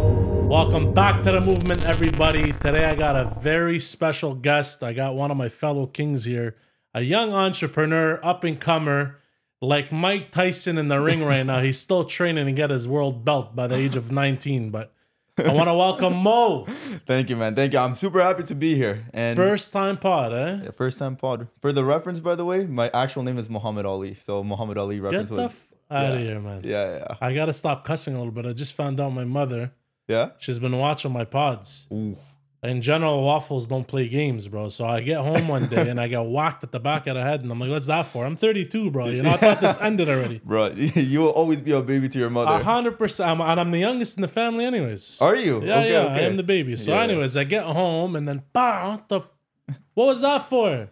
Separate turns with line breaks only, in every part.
Welcome back to the movement, everybody. Today I got a very special guest. I got one of my fellow kings here, a young entrepreneur, up and comer, like Mike Tyson in the ring right now. He's still training to get his world belt by the age of 19. But I want to welcome Mo,
Thank you, man. Thank you. I'm super happy to be here. And
first time pod, eh?
Yeah, first time pod. For the reference, by the way, my actual name is Muhammad Ali. So Muhammad Ali
Get
reference
the
was.
f- out of
Yeah.
here, man.
yeah, yeah,
I gotta stop cussing a little bit. I just found out my mother.
yeah.
She's been watching my pods.
Ooh.
In general, waffles don't play games, bro. So I get home one day and I get whacked at the back of the head, and I'm like, "What's that for?" I'm 32, bro. You know, I thought this ended already.
Bro, you will always be a baby to your
A
mother.
hundred percent, I'm- and I'm the youngest in the family, anyways.
Are you?
Yeah,
Okay,
yeah. I
okay.
am the baby. So,
Yeah.
anyways, I get home and then, bah, what the, f- what was that for?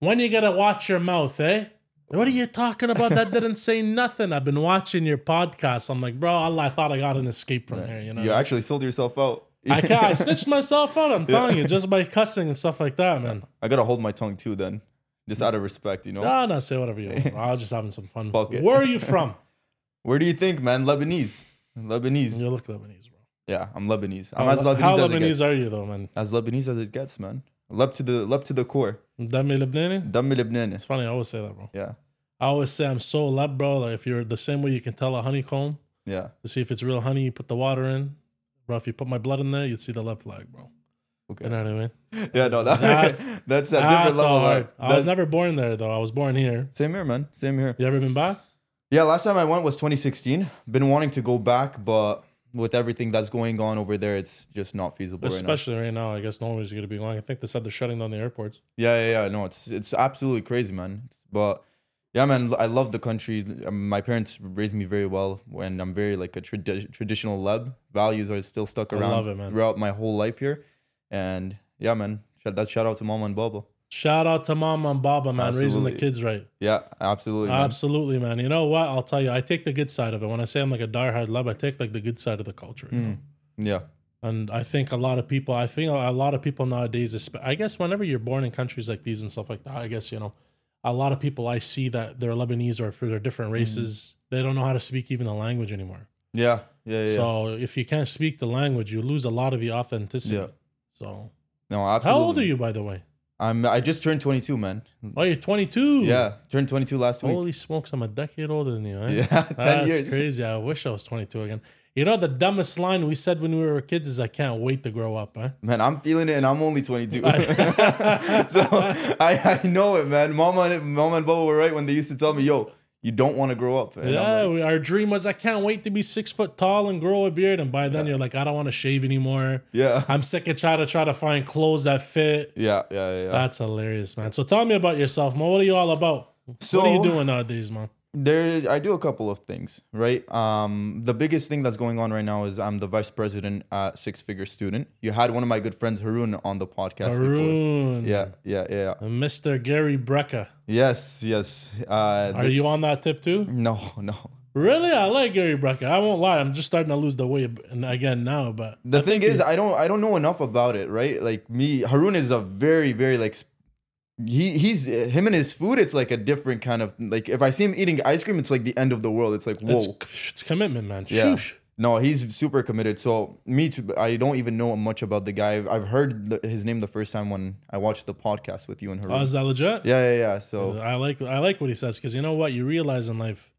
When you gotta watch your mouth, eh? What are you talking about? That didn't say nothing. I've been watching your podcast. I'm like, bro, Allah, I thought I got an escape from here. You know,
You actually sold yourself out.
I can't. I snitched myself out. I'm telling you, just by cussing and stuff like that, man.
I gotta hold my tongue too, then. Just out of respect, you know?
Ah, no, say whatever you want. I was just having some fun.
Fuck it.
Where are you from?
Where do you think, man? Lebanese. Lebanese.
You look Lebanese, bro.
Yeah, I'm Lebanese. I'm
How
as
Le-
Lebanese
How
as it
Lebanese
gets.
are you, though, man?
As Lebanese as it gets, man. Lep to the lep to the core.
Demi Lebanese?
Dam
It's
Lebanese.
funny. I always say that, bro.
Yeah.
I always say I'm so leb, bro. Like if you're the same way you can tell a honeycomb
Yeah.
to see if it's real honey, you put the water in. Bro, if you put my blood in there, you'd see the leb flag, bro.
Okay.
You know what I mean?
Yeah, no, that,
That's-
that's a different
That's all
level.
right.
man.
I was
That-
never born there, though. I was born here.
same here, man. Same here.
You ever been back?
Yeah, last time I went was 2016. Been wanting to go back, but with everything that's going on over there, it's just not feasible right
Especially right now. I guess Norway's going to be going. I think they said they're shutting down the airports.
now. Yeah, yeah, yeah. No, it's it's absolutely crazy, man. It's- But yeah, man, I love the country. Um, My parents raised me very well, and I'm very like a tradi- traditional leb. Values are still stuck
I
around
love it, man.
throughout my whole life here. And yeah, man, shout, that shout out to Mama and Baba.
Shout out to Mama and Baba, man, raising the
Absolutely.
kids right.
Yeah, absolutely. man.
Absolutely, man. You know what? I'll tell you, I take the good side of it. When I say I'm like a diehard love, I take like the good side of the culture. you
Hmm.
know?
yeah,
And I think a lot of people, I think a lot of people nowadays, esp- I guess whenever you're born in countries like these and stuff like that, I guess, you know, a lot of people I see that they're Lebanese or for their
Hmm.
different races, they don't know how to speak even the language anymore.
yeah, yeah, yeah.
So if you can't speak the language, you lose a lot of the authenticity.
Yeah.
So
no, absolutely.
how old are you, by the way?
I'm I just turned 22, man.
Oh, you're 22.
Yeah, turned 22 last week.
Holy smokes, I'm a decade older than you, eh?
Yeah, 10
That's
years.
crazy. I wish I was 22 again. You know, the dumbest line we said when we were kids is, I can't wait to grow up, eh? huh?
Man, I'm feeling it and I'm only 22. so I, I know it, man. Mama and, Mama and Bubba were right when they used to tell me, yo, you don't want to grow up. And
yeah,
I'm like,
we, our dream was, I can't wait to be six foot tall and grow a beard. And by then, you're like, I don't want to shave anymore.
yeah.
I'm sick of trying to try to find clothes that fit.
Yeah, yeah, yeah.
That's hilarious, man. So tell me about yourself, man. What are you all about?
so
what are you doing nowadays, man?
There, I do a couple of things, right? Um, the biggest thing that's going on right now is I'm the vice president at Six Figure Student. You had one of my good friends, Haroon, on the podcast before.
Haroon.
Yeah, yeah, yeah.
Mr. Gary Brecka.
Yes, yes. Uh,
Are
th-
you on that tip too?
no, no.
Really? I like Gary Brecka. I won't lie. I'm just starting to lose the weight and again now, but
the
I
thing
think
is
he-
i don't i don't know enough about it right like me harun is a very very like sp- he he's him and his food it's like a different kind of like if i see him eating ice cream it's like the end of the world it's like whoa
It's, it's commitment, man.
yeah
Sheesh.
no he's super committed so me too i don't even know much about the guy i've, I've heard the, his name the first time when i watched the podcast with you and harun
Oh, is that legit?
yeah yeah yeah so
I like I like what he says because you know what you realize in life,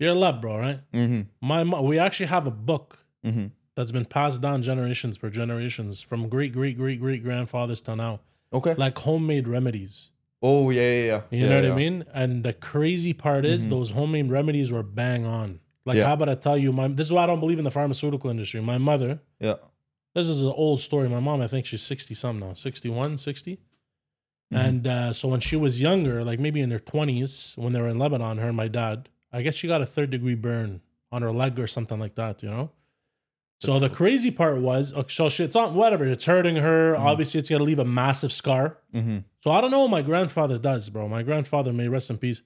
you're a lab, bro, right?
hmm
My mo- we actually have a book
hmm
that's been passed down generations for generations from great great great great grandfathers to now,
okay
like homemade remedies.
oh yeah yeah yeah
You
Yeah,
know what
yeah. Mm-hmm.
I mean? And the crazy part is those homemade remedies were bang on. Like
Yeah.
how about I tell you, my this is why I don't believe in the pharmaceutical industry. My mother.
yeah
this is an old story. My mom, I think she's 60 some now, 61, 60.
Mm-hmm.
And uh, so when she was younger, like maybe in her 20s, when they were in Lebanon, her and my dad, I guess she got a third degree burn on her leg or something like that, you know? So the crazy part was, okay, so she, it's on whatever, it's hurting her.
Mm-hmm.
Obviously, it's going to leave a massive scar.
hmm
So I don't know what my grandfather does, bro. My grandfather, may rest in peace,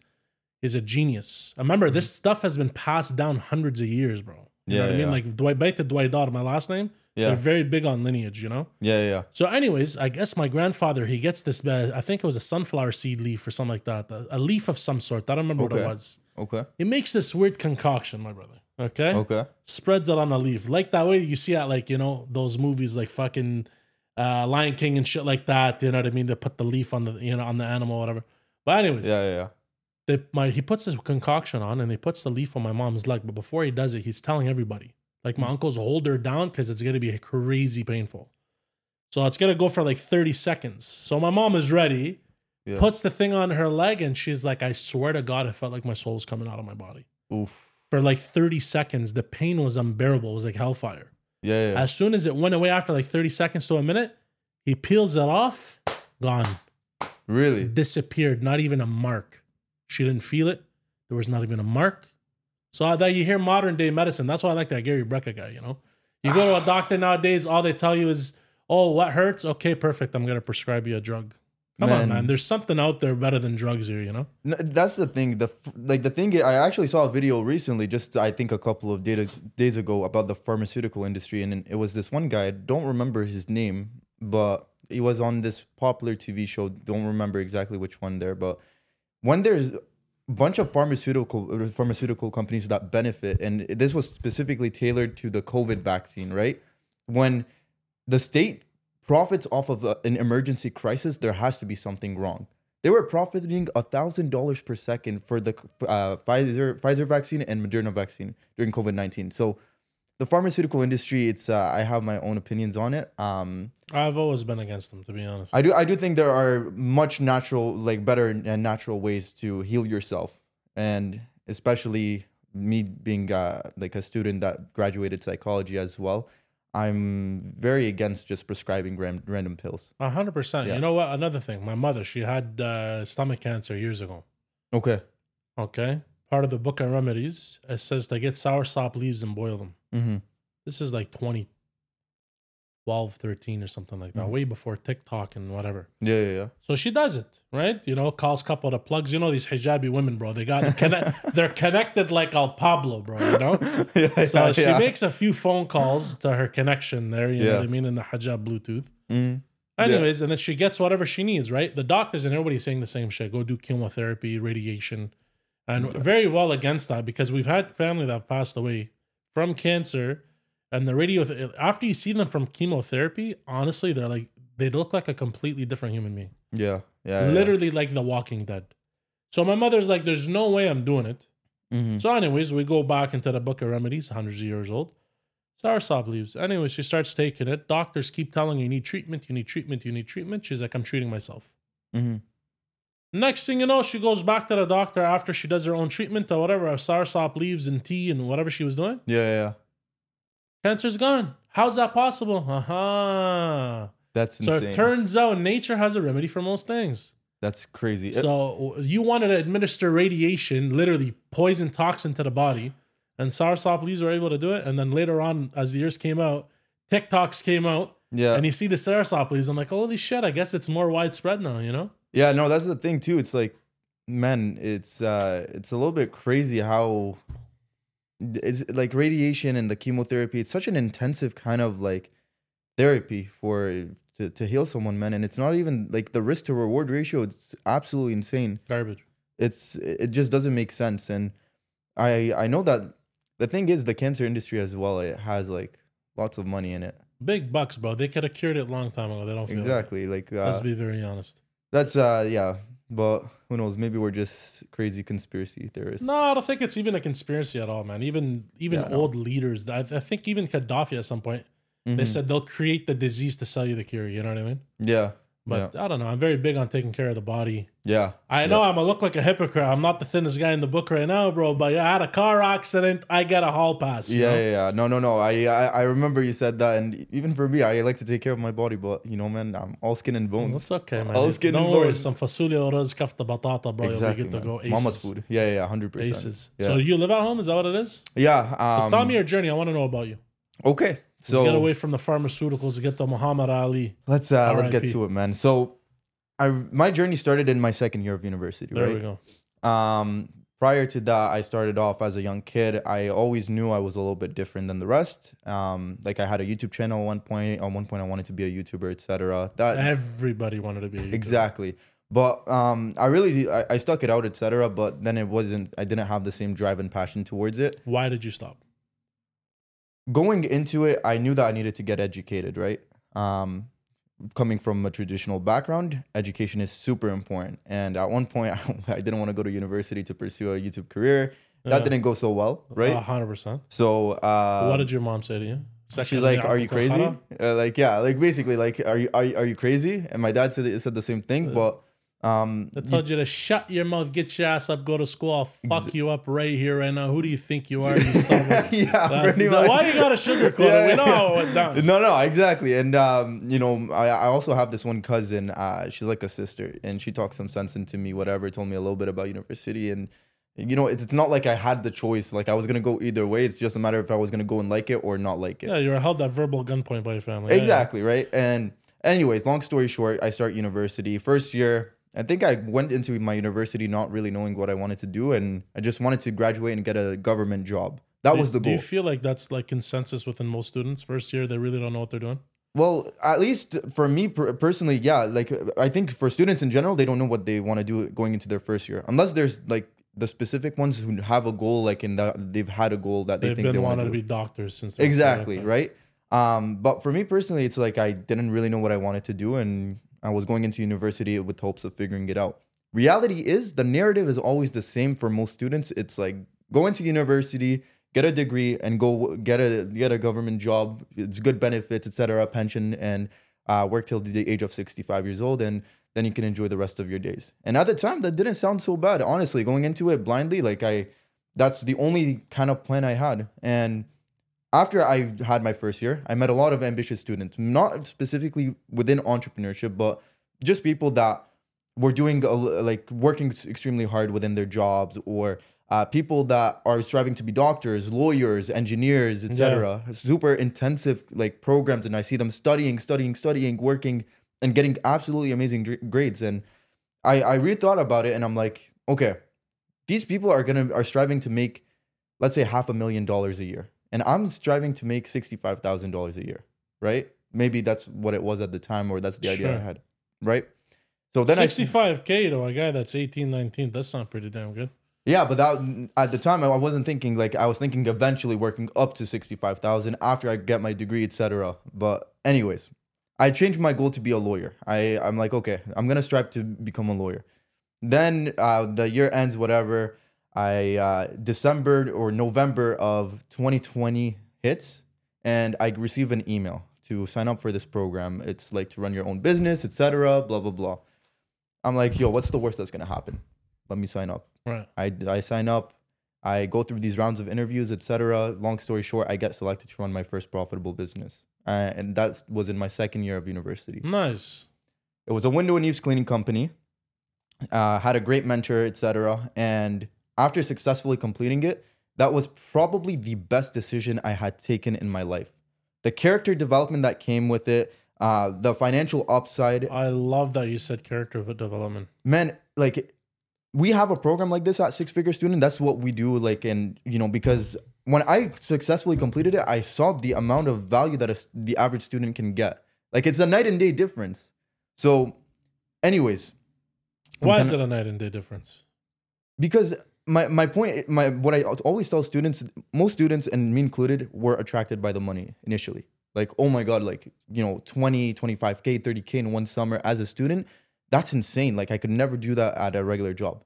is a genius. Remember, this stuff has been passed down hundreds of years, bro. You
Mm-hmm. Yeah,
know what I mean?
yeah.
Like Dwight Baita, Dwight Dodd, my last name.
Yeah.
They're very big on lineage, you know?
yeah yeah yeah
So, anyways, I guess my grandfather, he gets this, uh, I think it was a sunflower seed leaf or something like that, a a leaf of some sort. I don't remember what
Okay.
it was.
okay
He makes this weird concoction, my brother. Okay.
Okay.
Spreads it on a leaf. Like that way you see at like, you know, those movies like fucking uh Lion King and shit like that. You know what I mean? They put the leaf on the you know on the animal, whatever. But anyways,
Yeah, yeah, yeah.
they, my he puts his concoction on and he puts the leaf on my mom's leg. But before he does it, he's telling everybody. Like
Hmm.
my uncles hold her down because it's gonna be crazy painful. So it's gonna go for like 30 seconds. So my mom is ready,
Yeah.
puts the thing on her leg, and she's like, I swear to God, it felt like my soul was coming out of my body.
Oof.
For like 30 seconds, the pain was unbearable. It was like hellfire.
Yeah, yeah.
As soon as it went away after like 30 seconds to a minute, he peels it off, gone
Really?
disappeared. Not even a mark. She didn't feel it. There was not even a mark. So I- that you hear modern day medicine. That's why I like that Gary Brecka guy. You know, you go to a doctor nowadays. All they tell you is, "Oh, what hurts? Okay, perfect. I'm gonna prescribe you a drug." Come on,
Man.
man. There's something out there better than drugs here. You know.
No, that's the thing. The f- like the thing. is- I actually saw a video recently, just I think a couple of data, days ago, about the pharmaceutical industry, and it was this one guy. I don't remember his name, but he was on this popular TV show. Don't remember exactly which one there, but when there's a bunch of pharmaceutical pharmaceutical companies that benefit, and this was specifically tailored to the COVID vaccine, right? When the state profits off of a, an emergency crisis, there has to be something wrong. They were profiting thousand dollars per second for the uh, Pfizer Pfizer vaccine and Moderna vaccine during COVID nineteen. So, the pharmaceutical industry, it's uh, I have my own opinions on it. Um,
I've always been against them, to be honest.
I do I do think there are much natural, like better and natural ways to heal yourself, and especially me being uh, like a student that graduated psychology as well. I'm very against just prescribing ram- random pills.
A hundred percent.
Yeah.
You know what? Another thing. My mother, she had uh, stomach cancer years ago.
Okay.
Okay. Part of the book of remedies, it says to get soursop leaves and boil them.
Mm-hmm.
this is like 2012 13 or something like that
Mhm.
way before tiktok and whatever
Yeah, yeah, yeah.
so she does it right you know calls couple of plugs you know these hijabi women bro they got connect, they're connected like al pablo bro you know
yeah,
so
yeah,
she
yeah.
makes a few phone calls to her connection there you know
Yeah.
what i mean in the hijab bluetooth
Mm. Yeah.
anyways and then she gets whatever she needs right the doctors and everybody's saying the same shit go do chemotherapy radiation and very well against that because we've had family that have passed away from cancer and the radio after you see them from chemotherapy honestly they're like they look like a completely different human being
Yeah, yeah.
literally like the walking dead so my mother's like there's no way i'm doing it
Mm-hmm.
so anyways we go back into the book of remedies hundreds of years old soursop leaves anyway she starts taking it doctors keep telling her, you need treatment you need treatment you need treatment she's like i'm treating myself
Mm-hmm.
Next thing you know, she goes back to the doctor after she does her own treatment or whatever, of soursop leaves and tea and whatever she was doing.
Yeah, yeah, yeah.
Cancer's gone. How's that possible? Uh-huh.
That's
So
insane.
it turns out nature has a remedy for most things.
That's crazy.
So you wanted to administer radiation, literally poison toxin to the body, and soursop leaves were able to do it. And then later on, as the years came out, TikToks came out,
yeah.
and you see the soursop leaves. I'm like, holy shit! I guess it's more widespread now. You know?
Yeah, no, that's the thing too. It's like, man, it's uh, it's a little bit crazy how it's like radiation and the chemotherapy. It's such an intensive kind of like therapy for to, to heal someone, man. And it's not even like the risk to reward ratio. It's absolutely insane.
Garbage.
It's it just doesn't make sense. And I I know that the thing is the cancer industry as well. It has like lots of money in it.
Big bucks, bro. They could have cured it long time ago. They don't feel it.
Exactly. Like uh,
Let's be very honest.
That's uh yeah, but who knows? Maybe we're just crazy conspiracy theorists.
No, I don't think it's even a conspiracy at all, man. Even even
Yeah, I know.
old leaders, I, I think even Gaddafi at some point, they
Mhm.
said they'll create the disease to sell you the cure. You know what I mean?
yeah,
But I don't know. I'm very big on taking care of the body.
yeah,
I know I'm gonna look like a hypocrite. I'm not the thinnest guy in the book right now, bro. But I had a car accident. I get a hall pass. you
yeah,
know?
yeah, yeah. No, no, no. I, I I remember you said that, and even for me, I like to take care of my body, but you know, man, I'm all skin and bones.
That's okay, man.
All skin
Don't
and
worry.
bones.
Some fasulya or kafta batata, bro. You'll be good to go.
man.
Aces.
Mama's food. Yeah, yeah, yeah, hundred percent.
Aces.
Yeah,
So you live at home? Is that what it is?
yeah. Um,
Tell me your journey. I want to know about you.
okay. So
Let's get away from the pharmaceuticals to get to Muhammad Ali.
let's uh let's
RIP.
get to it, man. So, I my journey started in my second year of university,
There
right?
we go.
Um, prior to that, I started off as a young kid. I always knew I was a little bit different than the rest. Um, like I had a YouTube channel at one point. At one point, I wanted to be a YouTuber, etc. That
Everybody wanted to be a YouTuber.
exactly. But um, I really I, I stuck it out, etc. But then it wasn't. I didn't have the same drive and passion towards it.
Why did you stop?
going into it, I knew that I needed to get educated, right? Um, coming from a traditional background, education is super important. And at one point, I didn't want to go to university to pursue a YouTube career. That
Yeah.
didn't go so well, right?
hundred percent.
so, uh,
What did your mom say to you?
she's
Second
like,
miracle
"Are you crazy?"
Calcutta?
Uh, like, yeah, like basically, like, "Are you are you, are you crazy?" And my dad said said the same thing, but um,
They told you to shut your mouth, get your ass up, go to school. I'll fuck you up right here right now. Who do you think you are? You son of a-
yeah,
That's-
pretty much.
Why you got to sugarcoat it? We know how it went down.
No, no, exactly. And um, you know, I, I also have this one cousin. Uh, she's like a sister, and she talked some sense into me. Whatever, told me a little bit about university, and you know, it's, it's not like I had the choice. Like I was gonna go either way. It's just a matter of if I was gonna go and like it or not like it.
Yeah, you were held at verbal gunpoint by your family. Yeah, yeah.
Exactly, right? And anyways, long story short, I start university. First year, I think I went into my university not really knowing what I wanted to do and I just wanted to graduate and get a government job. That was the
Do
goal.
you feel like that's like consensus within most students? First year, they really don't know what they're doing.
well, at least for me per- personally, yeah, like I think for students in general, they don't know what they want to do going into their first year. Unless there's like the specific ones who have a goal like in that they've had a goal that they
They've
think they
been
want
wanting
do.
to be doctors since they were
exactly
young.
right um but for me personally it's like i didn't really know what i wanted to do and i was going into university with hopes of figuring it out reality is the narrative is always the same for most students it's like go into university get a degree and go get a get a government job it's good benefits etc pension and uh, work till the age of 65 years old and then you can enjoy the rest of your days and at the time that didn't sound so bad honestly going into it blindly like i that's the only kind of plan i had and after I had my first year, I met a lot of ambitious students, not specifically within entrepreneurship, but just people that were doing a, l- like working s- extremely hard within their jobs or uh, people that are striving to be doctors, lawyers, engineers, etc. Super intensive like programs, and I see them studying, studying, studying, working, and getting absolutely amazing dr- grades. And I, I rethought about it, and I'm like, okay, these people are gonna are striving to make let's say half a million dollars a year and i'm striving to make $65000 a year right maybe that's what it was at the time or that's the idea i
Sure.
had right so then i
65k to a guy that's 18, 19. That's not pretty damn good.
yeah but that at the time i wasn't thinking like i was thinking eventually working up to 65000 after i get my degree etc but anyways i changed my goal to be a lawyer i i'm like okay i'm gonna strive to become a lawyer then uh, the year ends whatever i uh, december or november of 2020 hits and i receive an email to sign up for this program it's like to run your own business etc blah blah blah i'm like yo what's the worst that's gonna happen let me sign up
Right.
I, I sign up. I go through these rounds of interviews, etc. Long story short, I get selected to run my first profitable business, uh, and that was in my second year of university.
Nice.
It was a window and eaves cleaning company. Uh, had a great mentor, etc. And after successfully completing it, that was probably the best decision I had taken in my life. The character development that came with it, uh, the financial upside,
I love that you said character development.
man, like we have a program like this at Six Figure Student. That's what we do. Like, and you know, because when I successfully completed it, I saw the amount of value that a, s- the average student can get. Like, it's a night and day difference. So, anyways, I'm
Why is
gonna-
it a night and day difference?
because my my point, my what I always tell students, most students and me included, were attracted by the money initially. Like, oh my god, like you know, 20, 25k, 30k in one summer as a student, that's insane. Like, I could never do that at a regular job.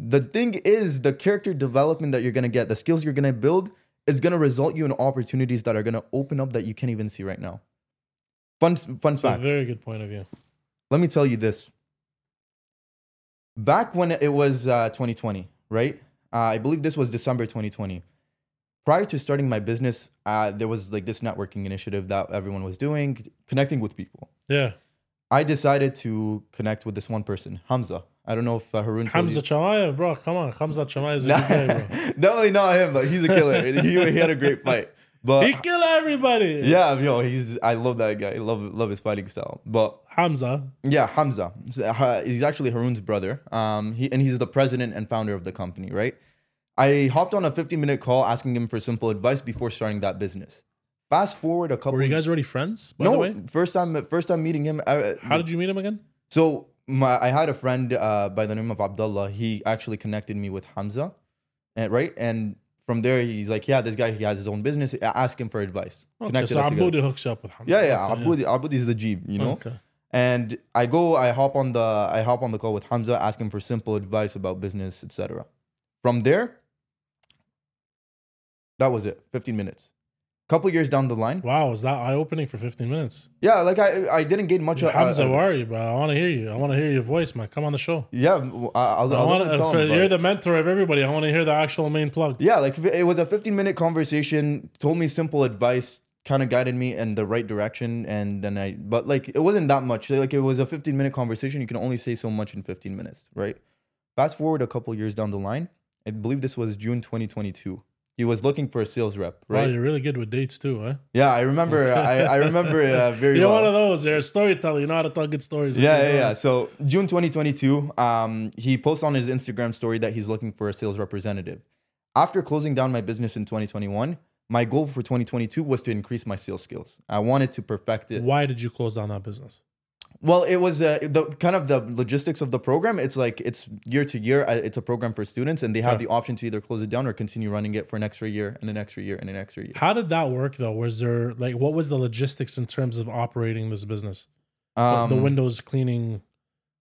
the thing is the character development that you're going to get the skills you're going to build is going to result you in opportunities that are going to open up that you can't even see right now fun fun
It's a
fact
very good point of view.
let me tell you this back when it was uh, 2020 right uh, i believe this was december 2020 prior to starting my business uh, there was like this networking initiative that everyone was doing connecting with people
Yeah.
i decided to connect with this one person hamza i don't know if uh, harun told you-
Hamza Chamayev, bro. Come on. Hamza Chamayev is a good guy, bro.
Definitely not him, but he's a killer. he, he had a great fight. But
He kill everybody.
yeah, yo, he's I love that guy. I love love his fighting style. But
Hamza.
yeah, Hamza. So, uh, He's actually Harun's brother. Um, he and he's the president and founder of the company, right? I hopped on a 15 minute call asking him for simple advice before starting that business. Fast forward a couple
Were you guys already friends? By the way,
No, first time first time meeting him. I,
how did you meet him again?
so my, I had a friend uh, by the name of Abdullah. He actually connected me with Hamza, and eh, right, and From there, he's like, yeah, this guy he has his own business. A- Ask him for advice.
Okay,
Connected
so
us together.
Abudi hooks up with him.
Yeah, yeah. Abudi, Abudi is the Jeep, you know.
Okay.
And I go, I hop on the, I hop on the call with Hamza, ask him for simple advice about business, etc. From there, that was it. Fifteen minutes. Couple years down the line,
Wow, is that eye opening for 15 minutes?
yeah, like I, I didn't gain much. uh,
Hamza,
uh,
where are you, bro? I want to hear you. I want to hear your voice, man. Come on the show.
yeah, I'll, I'll,
I
I'll
want
let you tell
to.
him, but-
You're the mentor of everybody. I want to hear the actual main plug.
yeah, like it was a 15 minute conversation, told me simple advice, kind of guided me in the right direction. And then I, but like it wasn't that much. Like it was a 15 minute conversation. You can only say so much in 15 minutes, right? Fast forward a couple years down the line, I believe this was June 2022. He was looking for a sales rep,
Wow,
right?
you're really good with dates too, huh?
yeah, I remember. I, I remember uh, very
You're
well.
one of those. You're a storyteller. You know how to tell good stories.
Yeah,
Okay,
yeah,
go
yeah.
on.
So June 2022, um, he posts on his Instagram story that he's looking for a sales representative. After closing down my business in 2021, my goal for 2022 was to increase my sales skills. I wanted to perfect it.
Why did you close down that business?
Well, it was uh, the kind of the logistics of the program. It's like it's year to year. uh, It's a program for students, and they have the option to either close it down or continue running it for an extra year and an extra year and an extra year.
How did that work though? Was there like what was the logistics in terms of operating this business?
Um,
the windows cleaning,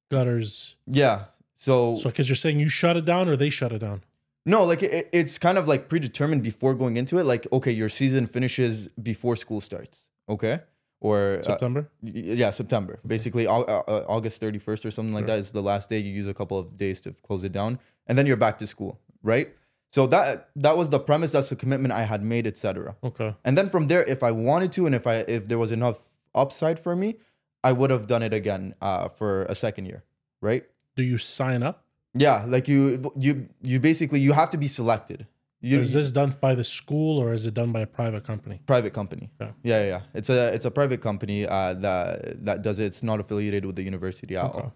gutters.
yeah.
So because you're saying you shut it down or they shut it down.
No, like it, it's kind of like predetermined before going into it. Like, okay, your season finishes before school starts. Okay, or uh,
September.
y- yeah, September. Basically, au- uh, uh, August thirty first or something like that is the last day. You use a couple of days to close it down, and then you're back to school, right? So that that was the premise. That's the commitment I had made, etc.
Okay.
And then from there, if I wanted to, and if I if there was enough upside for me, I would have done it again uh, for a second year, right?
Do you sign up?
Yeah, like you you you basically you have to be selected. You,
Is this done by the school or is it done by a private company?
private company.
Yeah.
yeah, yeah. It's a it's a private company uh, that that does it. It's not affiliated with the university at all.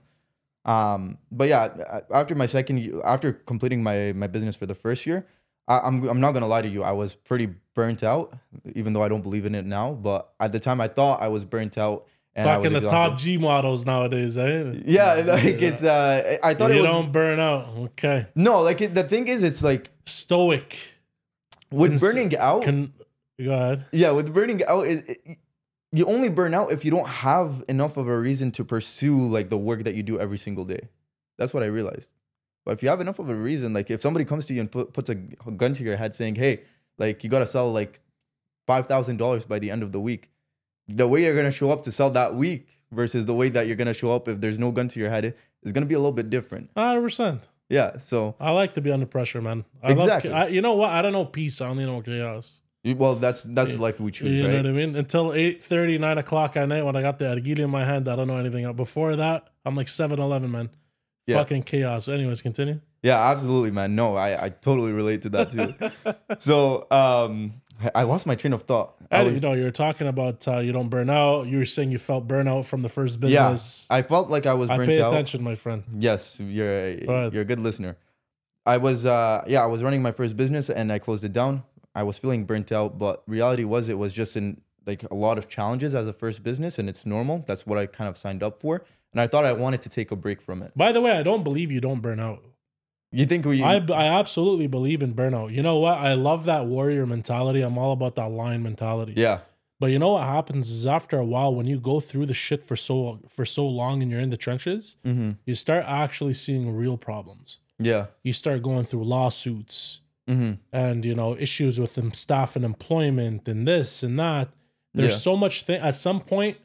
Um, but yeah, a- after my second, year, after completing my my business for the first year, I, I'm I'm not gonna lie to you. I was pretty burnt out, even though I don't believe in it now. But at the time, I thought I was burnt out. And I was
Fucking the top
exhausted.
G models nowadays, eh?
Yeah, like it's. Uh, I I thought
you
it was
don't burn out. Okay.
no. Like it, the thing is, it's like
Stoic.
with
Cons-
burning out.
Can go ahead.
Yeah, with burning out, it, it, you only burn out if you don't have enough of a reason to pursue like the work that you do every single day. That's what I realized. But if you have enough of a reason, like if somebody comes to you and put, puts a gun to your head saying, "Hey, like you gotta sell like five thousand dollars by the end of the week," the way you're gonna show up to sell that week versus the way that you're gonna show up if there's no gun to your head is gonna be a little bit different.
Hundred percent.
Yeah. So,
I like to be under pressure, man. I
Exactly.
Love, I, you know what? I don't know peace. I only know chaos.
you- well, that's that's the life we choose,
You know
right?
what I mean? Until 8 9 o'clock at night when I got the argili in my hand, I don't know anything. else. Before that, I'm like 7 11, man.
Yeah.
Fucking chaos. Anyways, continue.
Yeah, absolutely, man. No, I, I totally relate to that too. so um I- I lost my train of thought. I
And,
was,
you know, you were talking about uh, you don't burn out. You were saying you felt burnout from the first business.
I felt like I was
I,
burnt
pay
out.
attention, my friend.
Yes, you're a,
But-
you're a good listener. I was uh yeah, I was running my first business and I closed it down. I was feeling burnt out, but reality was it was just in like a lot of challenges as a first business and it's normal. That's what I kind of signed up for. And I thought I wanted to take a break from it.
By the way, I don't believe you don't burn out.
You think we
I, I absolutely believe in burnout. You know what? I love that warrior mentality. I'm all about that lion mentality.
Yeah.
But you know what happens is after a while, when you go through the shit for so for so long and you're in the trenches,
Mm-hmm.
you start actually seeing real problems.
Yeah.
You start going through lawsuits
Mm-hmm.
and you know issues with them staff and employment and this and that. There's
Yeah.
so much thing. At some point,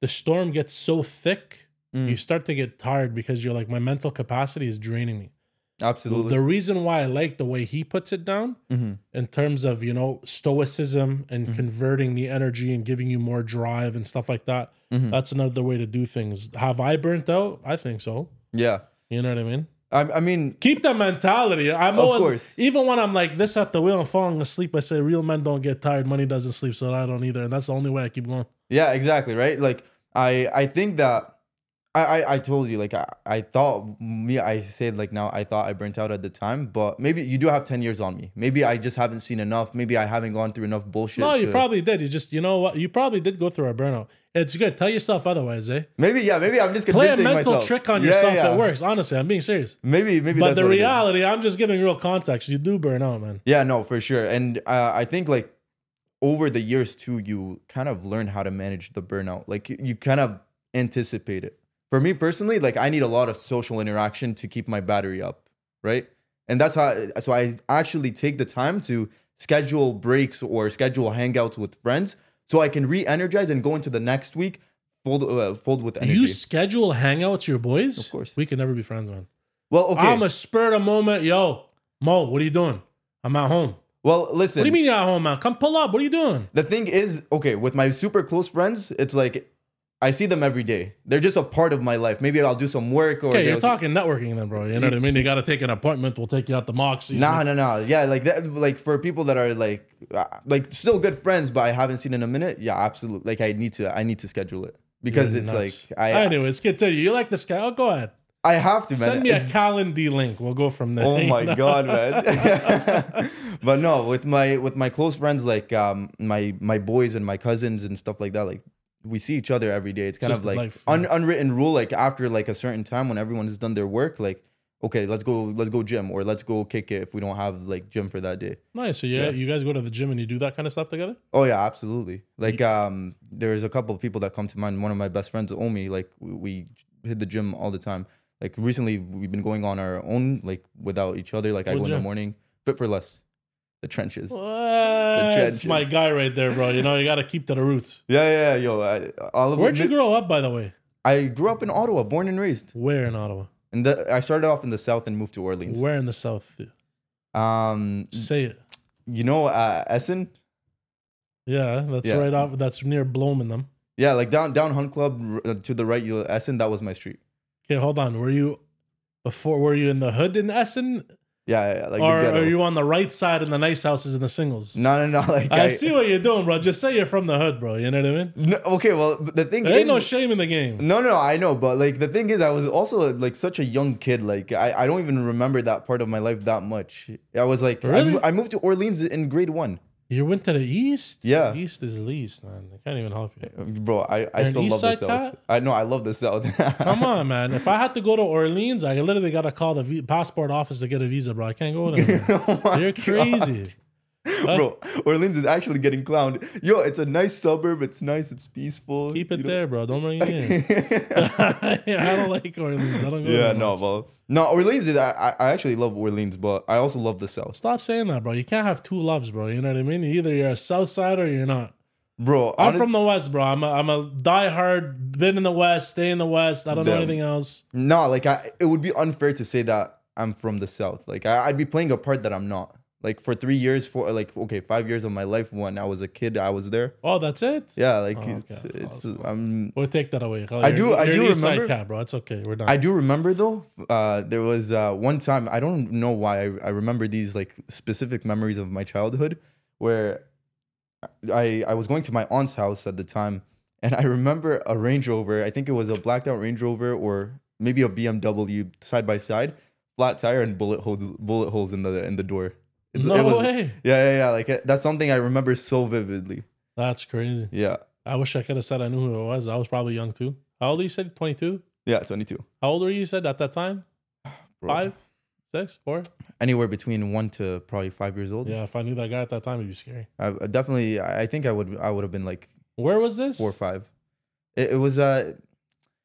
the storm gets so thick,
Mm.
you start to get tired because you're like, my mental capacity is draining me.
Absolutely.
The reason why I like the way he puts it down
Mhm.
in terms of you know stoicism and
Mm-hmm.
converting the energy and giving you more drive and stuff like that.
Mhm.
That's another way to do things. Have I burnt out? I think so.
Yeah.
You know what I mean?
I, I mean,
Keep that mentality. I'm
Of
always
course.
even when I'm like this at the wheel and falling asleep. I say real men don't get tired. Money doesn't sleep, so I don't either. And that's the only way I keep going.
Yeah, exactly, right? Like I I think that I, I, I told you like I, I thought me I said like now I thought I burnt out at the time but maybe you do have 10 years on me maybe I just haven't seen enough maybe I haven't gone through enough bullshit
No, you
to-
probably did. You just, you know what? You probably did go through a burnout. It's good. Tell yourself otherwise, eh?
maybe yeah maybe I'm just
Play a
convincing
mental
myself.
trick on
Yeah,
yourself
yeah.
that works. Honestly, I'm being serious.
maybe maybe
But
that's
the
what it is.
reality, I'm just giving real context. You do burn out, man.
yeah no for sure and uh, I think like over the years too you kind of learn how to manage the burnout like you, you kind of anticipate it for me personally like I need a lot of social interaction to keep my battery up right? And that's how. So I actually take the time to schedule breaks or schedule hangouts with friends, so I can re-energize and go into the next week full uh, filled with energy.
You schedule hangouts, your boys.
Of course.
we can never be friends, man.
well, okay.
I'm a spur of the moment, yo, Mo. What are you doing? I'm at home.
well, listen.
What do you mean you're at home, man? Come pull up. What are you doing?
The thing is, okay, with my super close friends, it's like I see them every day. They're just a part of my life. Maybe I'll do some work or
Okay, you're
they'll-
talking networking then, bro. You know what I mean? You got to take an appointment. We'll take you out the Moxie.
Nah, no, no. Yeah, like that. Like for people that are like, uh, like still good friends, but I haven't seen in a minute. Yeah, absolutely. Like I need to, I need to schedule it because it's like I,
Anyways, continue. You like this guy? Oh, go ahead.
I have to man.
Send me a
It's-
Calendly link. We'll go from there.
oh my
You know?
god, man. but no, with my with my close friends, like um my my boys and my cousins and stuff like that, like we see each other every day. It's kind
Just
of like
life,
un- unwritten rule. Like after like a certain time when everyone has done their work, like okay, let's go, let's go gym or let's go kick it if we don't have like gym for that day.
Nice. So yeah, you guys go to the gym and you do that kind of stuff together.
Oh yeah, absolutely.
Mm-hmm.
Like um, there's a couple of people that come to mind. One of my best friends, Omi. Like we, we hit the gym all the time. Like recently, we've been going on our own, like without each other. Like I
What
go in
gym?
the morning, fit for less, the trenches.
That's my
trenches.
guy right there, bro. You know, you got to keep to the roots.
Yeah, yeah, yo. I, all of
Where'd
it-
you grow up, by the way?
I grew up in Ottawa, born and raised,
Where in Ottawa?
and the, I started off in the south and moved to Orleans.
Where in the South?
Um,
Say it.
you know, uh, Essen.
Yeah, that's
Yeah.
right off. That's near Bloom and them.
Yeah, like down down Hunt Club r- to the right. You Essen, that was my street.
Okay, hold on. Were you before? Were you in the hood in Essen,
Yeah, yeah, yeah, like the
or
ghetto.
are you on the right side in the nice houses and the singles?
No, no, no. Like
I see what you're doing, bro. Just say you're from the hood, bro. You know what I mean?
No, okay, well, but the thing
There ain't no
is-
shame in the game.
no, no, I know, but like the thing is, I was also like such a young kid. Like I, I don't even remember that part of my life that much. I was like, I
Really?
mo- I, moved to Orleans in grade one,
You went to the east.
Yeah.
east is least, man. I can't even help you.
bro. I, I
an
still love
East
the
Side
south.
cat?
I know, I love the south.
Come on, man. If I had to go to Orleans, I literally got to call the v- passport office to get a visa, bro. I can't go there. man.
Oh my
You're crazy.
God. bro. Orleans is actually getting clowned. Yo, it's a nice suburb. It's nice. It's peaceful.
Keep
you
it
know?
there, bro. Don't bring it in. I don't like Orleans. I don't go
Yeah,
there
no,
much.
well, no. Orleans is. I, I I actually love Orleans, but I also love the south,
Stop saying that, bro. You can't have two loves, bro. You know what I mean? Either you're a South Sider or you're not.
bro.
I'm
honest-
from the West, bro. I'm a, I'm a diehard, been in the West, stay in the West. I don't know
Damn.
anything else.
No, like I, it would be unfair to say that I'm from the South. Like I, I'd be playing a part that I'm not. Like for three years, for like okay, five years of my life when I was a kid, I was there.
Oh, that's it?
Yeah, like
Oh,
it's
okay.
it's
Awesome.
I'm.
We'll take that away. Oh,
I do- I do remember-
Cat, bro. It's okay. We're done.
I do remember though. Uh, there was uh, one time I don't know why I, I remember these like specific memories of my childhood where I I was going to my aunt's house at the time, and I remember a Range Rover. I think it was a blacked out Range Rover or maybe a BMW side by side, flat tire and bullet holes bullet holes in the in the door. It's-
no
it was-
way.
Yeah, yeah, yeah. Like uh, that's something I remember so vividly.
That's crazy.
Yeah,
I wish I could have said I knew who it was. I was probably young too. How old are you said? 22?
yeah. Twenty two.
How old were you said at that time? Five? Six? Four?
Anywhere between one to probably five years old.
Yeah, if I knew that guy at that time, it'd be scary.
I, I uh, definitely. I I think I would. I would have been like
Where was this?
four or five. It, it was uh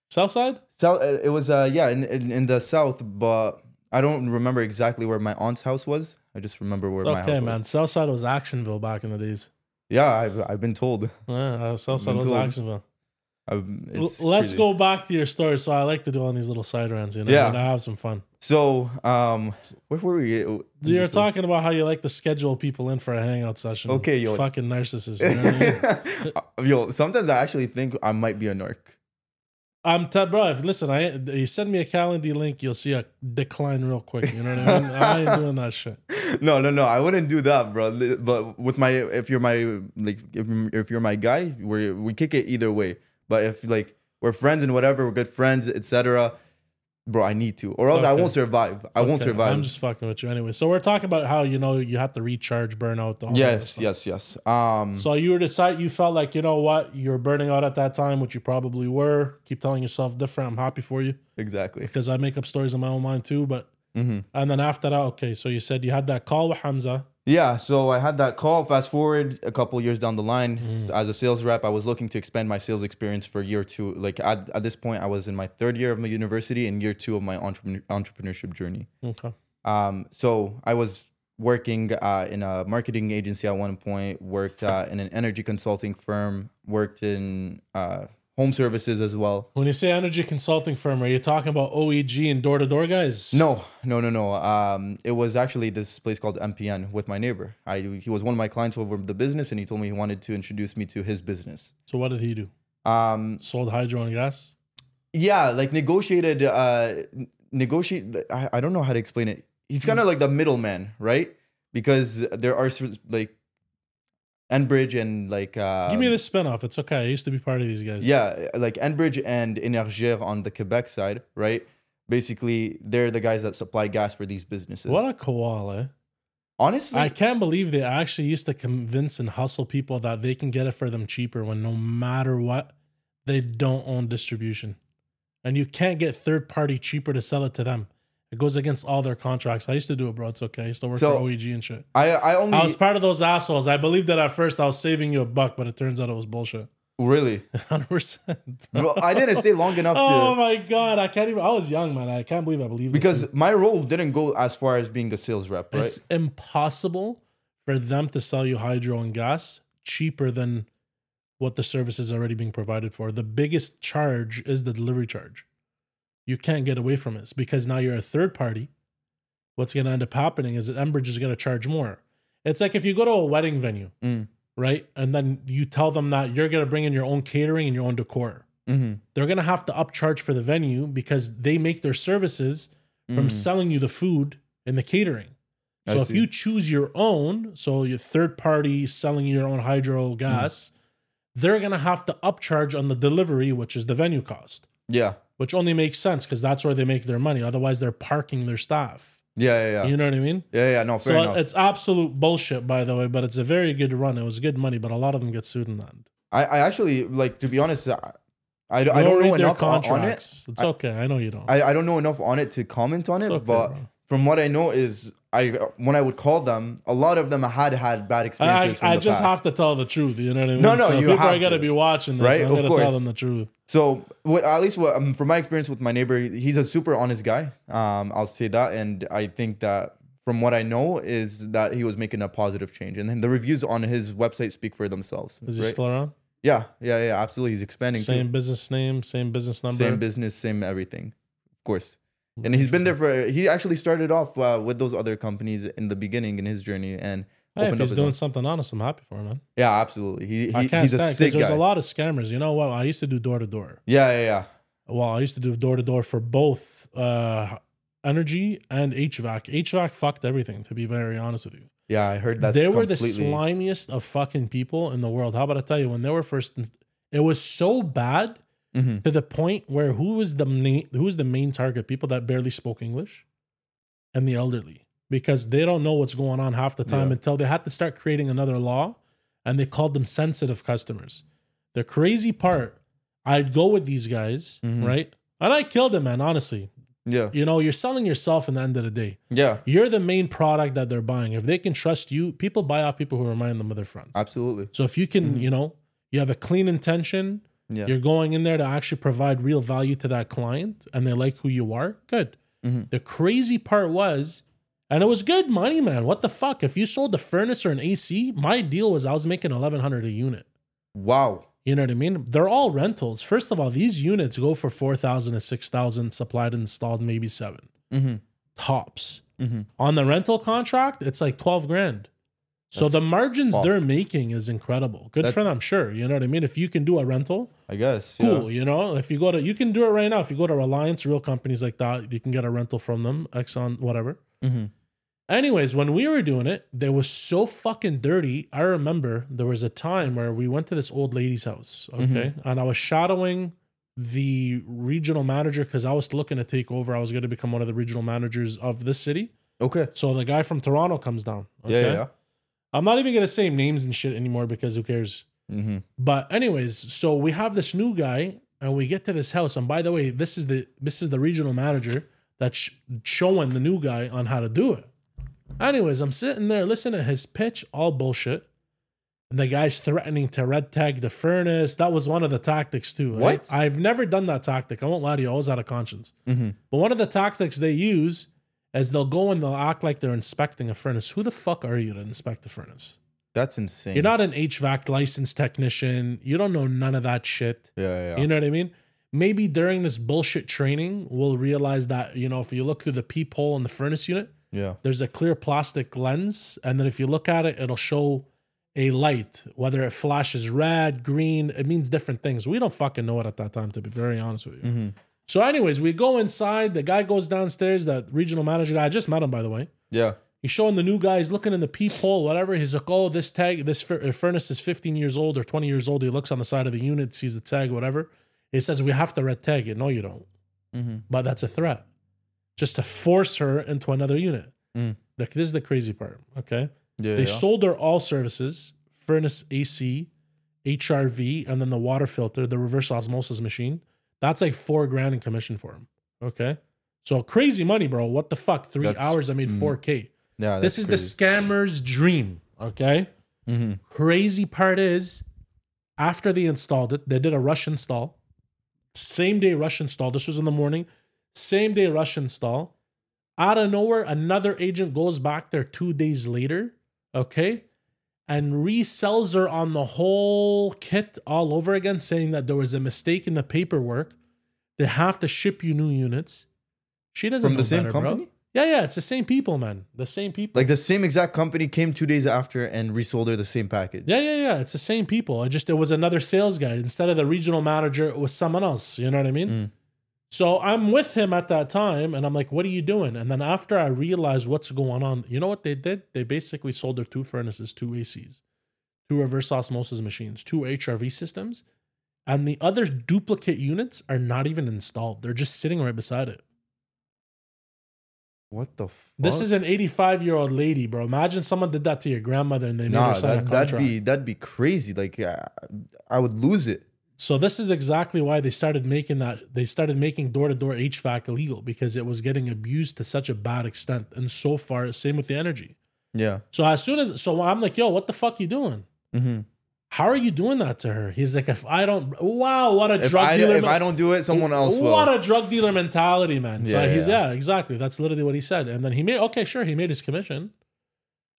Southside?
South. uh, It was uh yeah in, in in the south, but I don't remember exactly where my aunt's house was. I just remember where my
Okay,
house
man.
was.
Southside was Actionville back in the days.
Yeah, I've I've been told.
Yeah, uh, Southside
Been
was
told.
Actionville.
I've,
L-
it's
Let's
crazy.
go back to your story. So I like to do all these little side rants, you know,
Yeah.
and I have some fun.
So um, where were we? Uh,
You're
so-
talking about how you like to schedule people in for a hangout session.
Okay, yo.
Fucking narcissist. you know what I mean?
Yo, sometimes I actually think I might be a narc.
I'm t- bro. If, listen, I you send me a Calendly link, you'll see a decline real quick. You know what I mean? I ain't doing that shit.
No, no, no. I wouldn't do that, bro. Li- But with my, if you're my, like, if, if you're my guy, we we kick it either way. But if like We're friends and whatever. We're good friends, etc. Bro, I need to, or else I
okay.
won't survive. I won't
Okay,
survive.
I'm just fucking with you anyway. So we're talking about how you know you have to recharge, burnout. All that
yes,
stuff.
yes, yes. Um,
So you were decide you felt like you know what you're burning out at that time, which you probably were. Keep telling yourself different. I'm happy for you
exactly.
because I make up stories in my own mind too. But
hmm
and then after that, okay. So you said you had that call with Hamza.
Yeah, so I had that call. Fast forward a couple years down the line,
Mm.
as a sales rep, I was looking to expand my sales experience for year two. Like at, at this point, I was in my third year of my university and year two of my entrepreneur, entrepreneurship journey.
Okay.
Um, so I was working uh, in a marketing agency at one point, worked uh, in an energy consulting firm, worked in uh, home services as well.
When you say energy consulting firm, are you talking about OEG and door to door guys?
No, no, no, no. Um, it was actually this place called MPN with my neighbor. I he was one of my clients over the business, and he told me he wanted to introduce me to his business.
So what did he do?
Um,
Sold hydro and gas.
yeah, like negotiated. Uh, n- negotiate. I, I don't know how to explain it. He's kind of
Hmm.
like the middleman, right? Because there are cer- like Enbridge and like uh,
Give me the spinoff. It's okay. I used to be part of these guys.
Yeah, like Enbridge and Énergir on the Quebec side, right? Basically, they're the guys that supply gas for these businesses.
What a koala. eh?
Honestly,
I can't believe they actually used to convince and hustle people that they can get it for them cheaper when no matter what, they don't own distribution. And you can't get third party cheaper to sell it to them. It goes against all their contracts. I used to do it, bro. It's okay. I used to work
So-
for OEG and shit.
I, I only
I was part of those assholes. I believed that at first I was saving you a buck, but it turns out it was bullshit.
really.
100%. bro.
Well, I didn't stay long enough
Oh
to
my God. I can't even. I was young, man. I can't believe I believed it.
because my role didn't go as far as being a sales rep, right?
It's impossible for them to sell you hydro and gas cheaper than what the service is already being provided for. The biggest charge is the delivery charge. You can't get away from it because now you're a third party. What's going to end up happening is that Enbridge is going to charge more. It's like if you go to a wedding venue,
Mm.
right? And then you tell them that you're going to bring in your own catering and your own decor.
Mm-hmm.
They're going to have to upcharge for the venue because they make their services
mm-hmm.
from selling you the food and the catering.
Mm. I
So if
see.
you choose your own, so your third party selling your own hydro gas,
Mm.
they're gonna have to upcharge on the delivery, which is the venue cost,
yeah,
which only makes sense because that's where they make their money. Otherwise, they're parking their staff.
yeah, yeah, yeah,
You know what I mean?
yeah, yeah. No, fair
so
enough.
it's absolute bullshit, by the way, but it's a very good run. It was good money, but a lot of them get sued in that.
I, I actually like to be honest. I, I, don't- I don't know enough on, on it.
It's okay. I know you don't.
I, I don't know enough on it to comment on it,
It's okay,
but
bro.
from what I know is I when I would call them, a lot of them had had bad
I,
experiences. from
I
the
just have
past.
to tell the truth. You know what I mean?
No, no,
So
you
people
have
are gonna
to.
be watching this.
Right?
I'm
Of
gonna
course.
tell them the truth.
So what, at least what, um, from my experience with my neighbor, he's a super honest guy. Um, I'll say that, and I think that from what I know is that he was making a positive change, and then the reviews on his website speak for themselves.
Is he
right?
still around?
yeah, yeah, yeah, absolutely. He's expanding. too.
Same business name, same business number.
same business, same everything, of course. And he's been there for. He actually started off uh, with those other companies in the beginning in his journey, and
Hey, if
opened up
he's
his
doing
own-
something honest, I'm happy for him, man.
Yeah, absolutely. He,
I
he
can't
he's a
stand because
sick
there's
guy.
a lot of scammers. You know what? I used to do door to door.
yeah, yeah, yeah.
Well, I used to do door to door for both uh, energy and HVAC. HVAC fucked everything, to be very honest with you.
Yeah, I heard that.
they were
completely,
the slimiest of fucking people in the world. How about I tell you, when they were first, in- it was so bad
Mhm.
to the point where who was the main, who was the main target? People that barely spoke English, and the elderly, because they don't know what's going on half the time
Yeah.
until they had to start creating another law, and they called them sensitive customers. The crazy part, I'd go with these guys,
Mhm.
right? And I killed them, man. Honestly,
Yeah,
you know, you're selling yourself in the end of the day.
yeah,
You're the main product that they're buying. If they can trust you, people buy off people who remind them of their friends.
absolutely.
So if you can,
Mhm.
you know, you have a clean intention,
Yeah.
you're going in there to actually provide real value to that client and they like who you are, good.
Mhm.
The crazy part was, and it was good money, man. What the fuck? If you sold a furnace or an AC, my deal was I was making 1100 a unit.
Wow.
You know what I mean? They're all rentals. First of all, these units go for 4,000 to 6,000 supplied and installed, maybe 7
Mm-hmm.
tops
Mm-hmm.
on the rental contract, it's like 12 grand. So
That's
the margins
fucked.
they're making is incredible. Good
That-
for them, sure. You know what I mean? If you can do a rental,
I guess. yeah.
cool. You know, if you go to, you can do it right now. If you go to Reliance, real companies like that, you can get a rental from them, Exxon, whatever.
Mhm.
Anyways, when we were doing it, they was so fucking dirty. I
Mm-hmm.
remember there was a time where we went to this old lady's house, okay, and I was shadowing the regional manager because I was looking to take over. I was going to become one of the regional managers of this city.
Okay.
So the guy from Toronto comes down.
Yeah, yeah,
I'm not even going to say names and shit anymore because who cares?
yeah. Mm-hmm.
But anyways, so we have this new guy, and we get to this house. And by the way, this is the this is the regional manager that's sh- showing the new guy on how to do it. Anyways, I'm sitting there listening to his pitch, all bullshit. And the guy's threatening to red tag the furnace. That was one of the tactics too. right?
What?
I've never done that tactic. I won't lie to you. I always out of conscience.
Mhm.
But one of the tactics they use is they'll go and they'll act like they're inspecting a furnace. Who the fuck are you to inspect the furnace?
That's insane.
You're not an HVAC licensed technician. You don't know none of that shit.
Yeah, yeah, yeah.
You know what I mean? Maybe during this bullshit training, we'll realize that, you know, if you look through the peephole in the furnace unit,
yeah.
there's a clear plastic lens. And then if you look at it, it'll show a light, whether it flashes red, green, it means different things. We don't fucking know it at that time, to be very honest with you.
Mhm.
So, anyways, we go inside. The guy goes downstairs, that regional manager guy, I just met him, by the way.
Yeah.
He's showing the new guy. He's looking in the peephole, whatever. He's like, oh, this tag, this fur- uh, furnace is 15 years old or 20 years old. He looks on the side of the unit, sees the tag, whatever. He says, we have to red tag it. No, you don't.
Mm-hmm.
But that's a threat, just to force her into another unit.
Mm.
Like, this is the crazy part. Okay.
Yeah.
They
yeah.
sold her all services furnace, AC, HRV, and then the water filter, the reverse osmosis machine. That's like four grand in commission for him. Okay. So crazy money, bro. What the fuck? Three
That's-
hours, I made
mm.
4K
yeah
this is the scammer's dream. Okay.
the. Mm-hmm.
Crazy part is after they installed it, they did a rush install. Same day rush install. This was in the morning. Same day rush install. Out of nowhere, another agent goes back there two days later. Okay. And resells her on the whole kit all over again, saying that there was a mistake in the paperwork. They have to ship you new units. She doesn't
From
know
the same
better, bro.
company?
Yeah, yeah, it's the same people, man. The same people.
Like the same exact company came two days after and resold her the same package.
Yeah, yeah, yeah. It's the same people. I just it was another sales guy instead of the regional manager. It was someone else. You know what I mean?
Mm.
So I'm with him at that time, and I'm like, "What are you doing?" And then after I realized what's going on, you know what they did? They basically sold their two furnaces, two ACs, two reverse osmosis machines, two HRV systems, and the other duplicate units are not even installed. They're just sitting right beside it.
What the fuck?
This is an 85 year old lady, bro. Imagine someone did that to your grandmother and they never
nah.
signed
That,
a
that'd
contract.
be that'd be crazy. Like I, I would lose it.
So this is exactly why they started making that they started making door-to-door HVAC illegal because it was getting abused to such a bad extent. And so far, same with the energy.
Yeah.
So as soon as so I'm like, yo, what the fuck you doing?
Mm-hmm.
How are you doing that to her? He's like, if I don't wow, what a
If,
drug
I,
dealer.
if
men-
I don't do it, someone else will.
What a drug dealer mentality, man. So
Yeah,
he's
yeah.
yeah, exactly. That's literally what he said. And then he made okay, sure, he made his commission.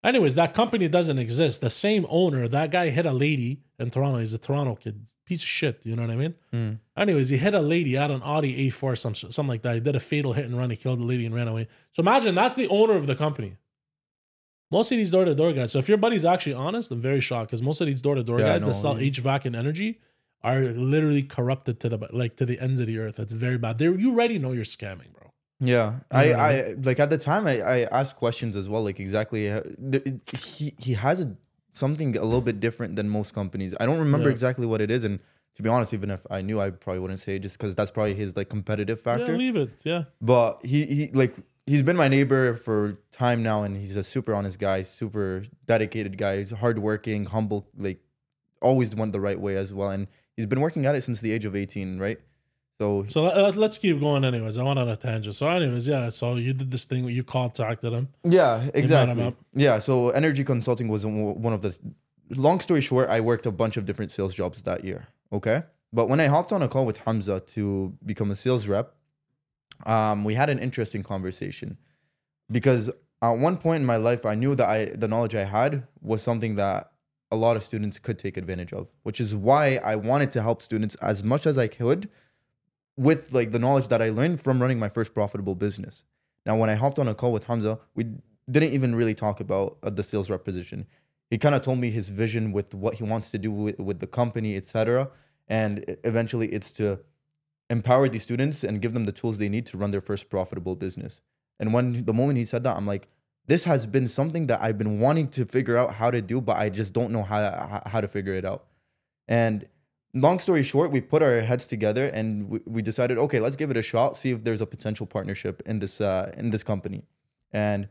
Anyways, that company doesn't exist. The same owner, that guy hit a lady in Toronto. He's a Toronto kid. Piece of shit. You know what I mean?
Mm.
Anyways, he hit a lady at an Audi A4, or some sh- something like that. He did a fatal hit and run. He killed the lady and ran away. So imagine that's the owner of the company. Most of these door to door guys. So if your buddy's actually honest, I'm very shocked because most of these door to door
Yeah, I
guys
know.
that sell HVAC and energy are literally corrupted to the like to the ends of the earth. That's very bad. They you already know you're scamming, bro.
Yeah,
You
I,
know what I
I like at the time I, I asked questions as well, like exactly how- the- he he has a, something a little bit different than most companies. I don't remember
Yeah.
exactly what it is, and to be honest, even if I knew, I probably wouldn't say just because that's probably his like competitive factor.
Yeah, leave it. Yeah.
but he he like he's been my neighbor for time now, and he's a super honest guy, super dedicated guy, he's hardworking, humble, like always went the right way as well, and he's been working at it since the age of eighteen, right? So
So let, let's keep going. Anyways, I went on a tangent. So anyways, yeah. So you did this thing where you contacted him.
Yeah,
not
exactly.
about-
Yeah, so energy consulting was one one of the. Long story short, I worked a bunch of different sales jobs that year. Okay, but when I hopped on a call with Hamza to become a sales rep, um, we had an interesting conversation because at one point in my life, I knew that I the knowledge I had was something that a lot of students could take advantage of, which is why I wanted to help students as much as I could with like the knowledge that I learned from running my first profitable business. Now, when I hopped on a call with Hamza, we didn't even really talk about uh, the sales rep position. He kind of told me his vision with what he wants to do with, with the company, etc. And e- eventually, it's to empower these students and give them the tools they need to run their first profitable business. And when the moment he said that, I'm like, this has been something that I've been wanting to figure out how to do, but I just don't know how how- how to figure it out. And long story short, we put our heads together and we, we decided, okay, let's give it a shot, see if there's a potential partnership in this uh, in this company, and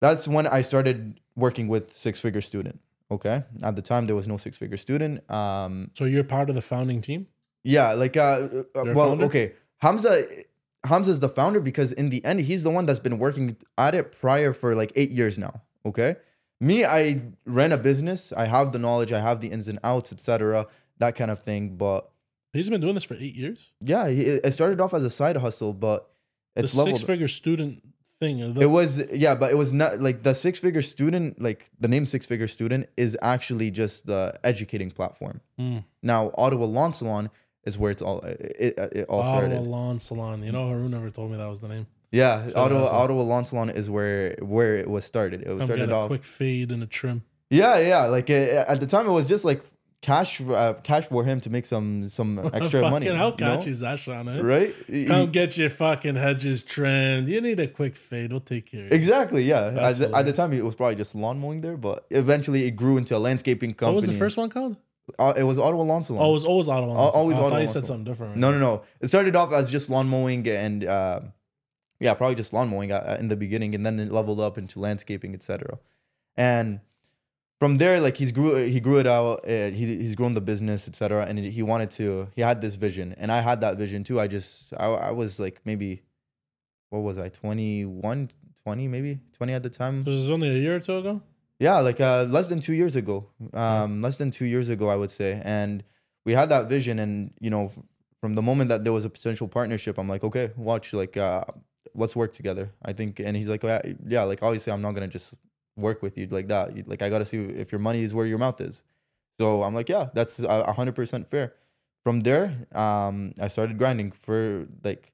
that's when I started working with six figure student. Okay, at the time there was no six figure student. Um,
So you're part of the founding team.
yeah, like uh, uh,
Their
well,
founder?
okay, Hamza. Hamza's the founder because in the end he's the one that's been working at it prior for like 8 years now, okay? Me, I ran a business, I have the knowledge, I have the ins and outs, etc., that kind of thing, but
He's been doing this for eight years.
yeah, he- it started off as a side hustle, but it's
the
leveled.
six-figure student thing. uh, the-
it was yeah, but it was not like the six figure student. Like the name six figure student is actually just the educating platform.
Mm.
Now Ottawa Lawn Salon is where it's all it, it, it all
Ottawa
started.
Lawn Salon. You know, Haru never told me that was the name.
Yeah,
Shout
Ottawa
out to-
Ottawa Lawn Salon is where where it was started. It was
Come get
started
a
off.
quick fade and a trim.
Yeah, yeah. Like uh at the time, it was just like cash uh, cash for him to make some some extra
Oh, fucking
money.
How
you know?
catchy is that, Sean? eh?
Right?
Come get your fucking hedges trimmed. You need a quick fade. We'll take care. of you.
Exactly, yeah.
That's
At the, at the time, it was probably just lawn mowing there, but eventually it grew into a landscaping company.
What was the first one called?
Uh, it was Ottawa Lawn Salon.
Oh, it was always Ottawa. Lawn
Al-
Salon.
always
I thought
Ottawa
you
Lawn
said
Salon.
something different.
no, no, no. It started off as just lawn mowing and, uh, yeah, probably just lawn mowing uh, in the beginning, and then it leveled up into landscaping, etc. And from there, like he's grew, he grew it out. Uh, he he's grown the business, etc. And he wanted to. He had this vision, and I had that vision too. I just, I, I was like maybe, what was I, 21, 20 maybe, twenty at the time.
This was only a year or two ago.
Yeah, like uh, less than two years ago. Um, less than two years ago, I would say. And we had that vision, and you know, f- from the moment that there was a potential partnership, I'm like, okay, watch, like, uh, let's work together. I think. And he's like, yeah, yeah, like obviously, I'm not gonna just work with you like that. You- Like, I gotta see if your money is where your mouth is. So I'm like, yeah, that's a hundred percent fair. From there, um, I started grinding for like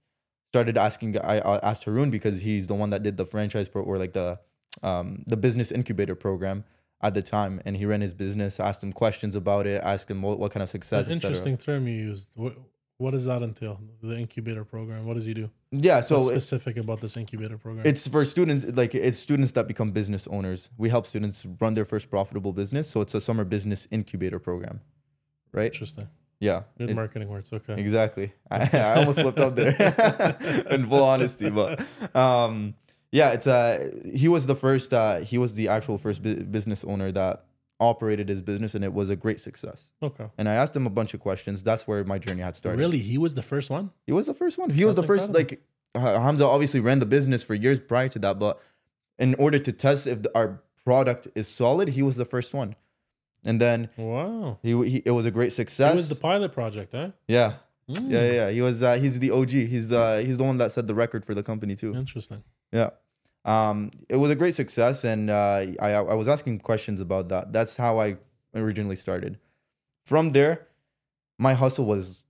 started asking I, I asked Haroon because he's the one that did the franchise pro or like the um the business incubator program at the time and he ran his business asked him questions about it asked him what, what kind of success
That's an
etc
interesting term you used. What, what does that entail? The incubator program. What does he do?
yeah so
What's
it-
specific about this incubator program?
it's for students like it's students that become business owners we help students run their first profitable business so it's a summer business incubator program right
interesting.
yeah
Good
It-
marketing words. Okay.
Exactly. I, I almost slipped up there in full honesty, but um, yeah, it's uh, he was the first, uh, he was the actual first bu- business owner that operated his business and it was a great success.
Okay.
And I asked him a bunch of questions. That's where my journey had started.
Really, he was the first one.
He was the first one. He was
That's
the first,
incredible.
like, Ha- Hamza obviously ran the business for years prior to that, but in order to test if the, our product is solid, he was the first one. And then
Wow.
he, he it was a great
It
success.
was the pilot project, eh?
yeah.
Mm,
Yeah, yeah, yeah. He was uh, he's the OG. He's the he's the one that set the record for the company too.
Interesting.
Yeah. Um, it was a great success, and uh, I I was asking questions about that. That's how I originally started. From there, my hustle was,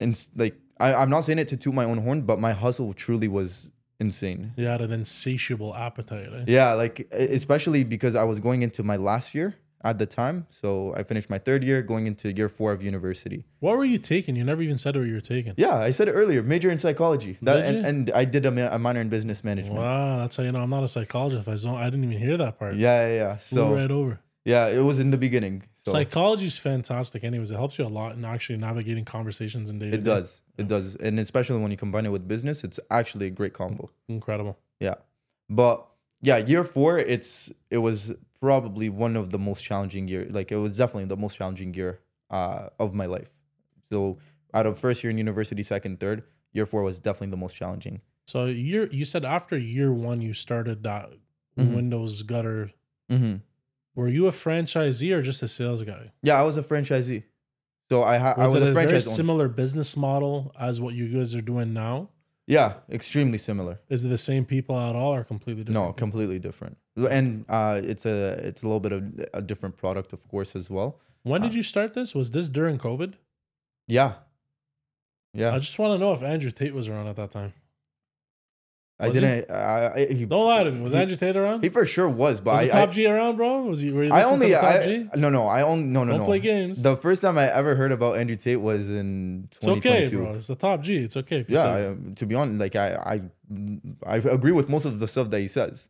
ins- like I, I'm not saying it to toot my own horn, but my hustle truly was insane.
He had an insatiable appetite. Eh?
Yeah, like e- especially because I was going into my last year at the time, so I finished my third year, going into year four of university.
What were you taking? You never even said what you were taking.
Yeah, I said it earlier. Major in psychology. That,
Did
and, and I did a, ma- a minor in business management.
Wow, that's how you know I'm not a psychologist. I don't. I didn't even hear that part.
Yeah, yeah, yeah.
Flew
So
right over.
yeah, it was in the beginning. So
Psychology is fantastic. Anyways, it helps you a lot in actually navigating conversations and day.
it does. It does. And especially when you combine it with business, it's actually a great combo.
Incredible.
Yeah. But yeah, year 4 it's it was probably one of the most challenging year. Like it was definitely the most challenging year uh, of my life. So out of first year in university, second, third, year 4 was definitely the most challenging.
So year, you said after year one, you started that
Mhm.
Windows gutter. Mm-hmm.
Mhm.
Were you a franchisee or just a sales guy?
Yeah, I was a franchisee. So I ha- I
Was
was
it a,
a
very
franchise owner.
similar business model as what you guys are doing now?
Yeah, extremely similar.
Is it the same people at all or completely different?
No, completely different. And uh, it's a it's a little bit of a different product, of course, as well.
When did you start this? Was this during COVID?
Yeah,
I
yeah.
just want to know if Andrew Tate was around at that time.
I,
was he-
didn't. I, I, he,
Don't lie to me. Was
he,
Andrew Tate around?
He for sure was, but
was
I,
the Top G around, bro? Was he? Were you
I, I
listening
only
to the Top
I,
G?
no no I only no no
Don't
no.
play games.
The first time I ever heard about Andrew Tate was in
it's okay,
2022.
bro. It's the Top G. It's okay. If you
Yeah,
say it.
I, to be honest, like I, I, I agree with most of the stuff that he says.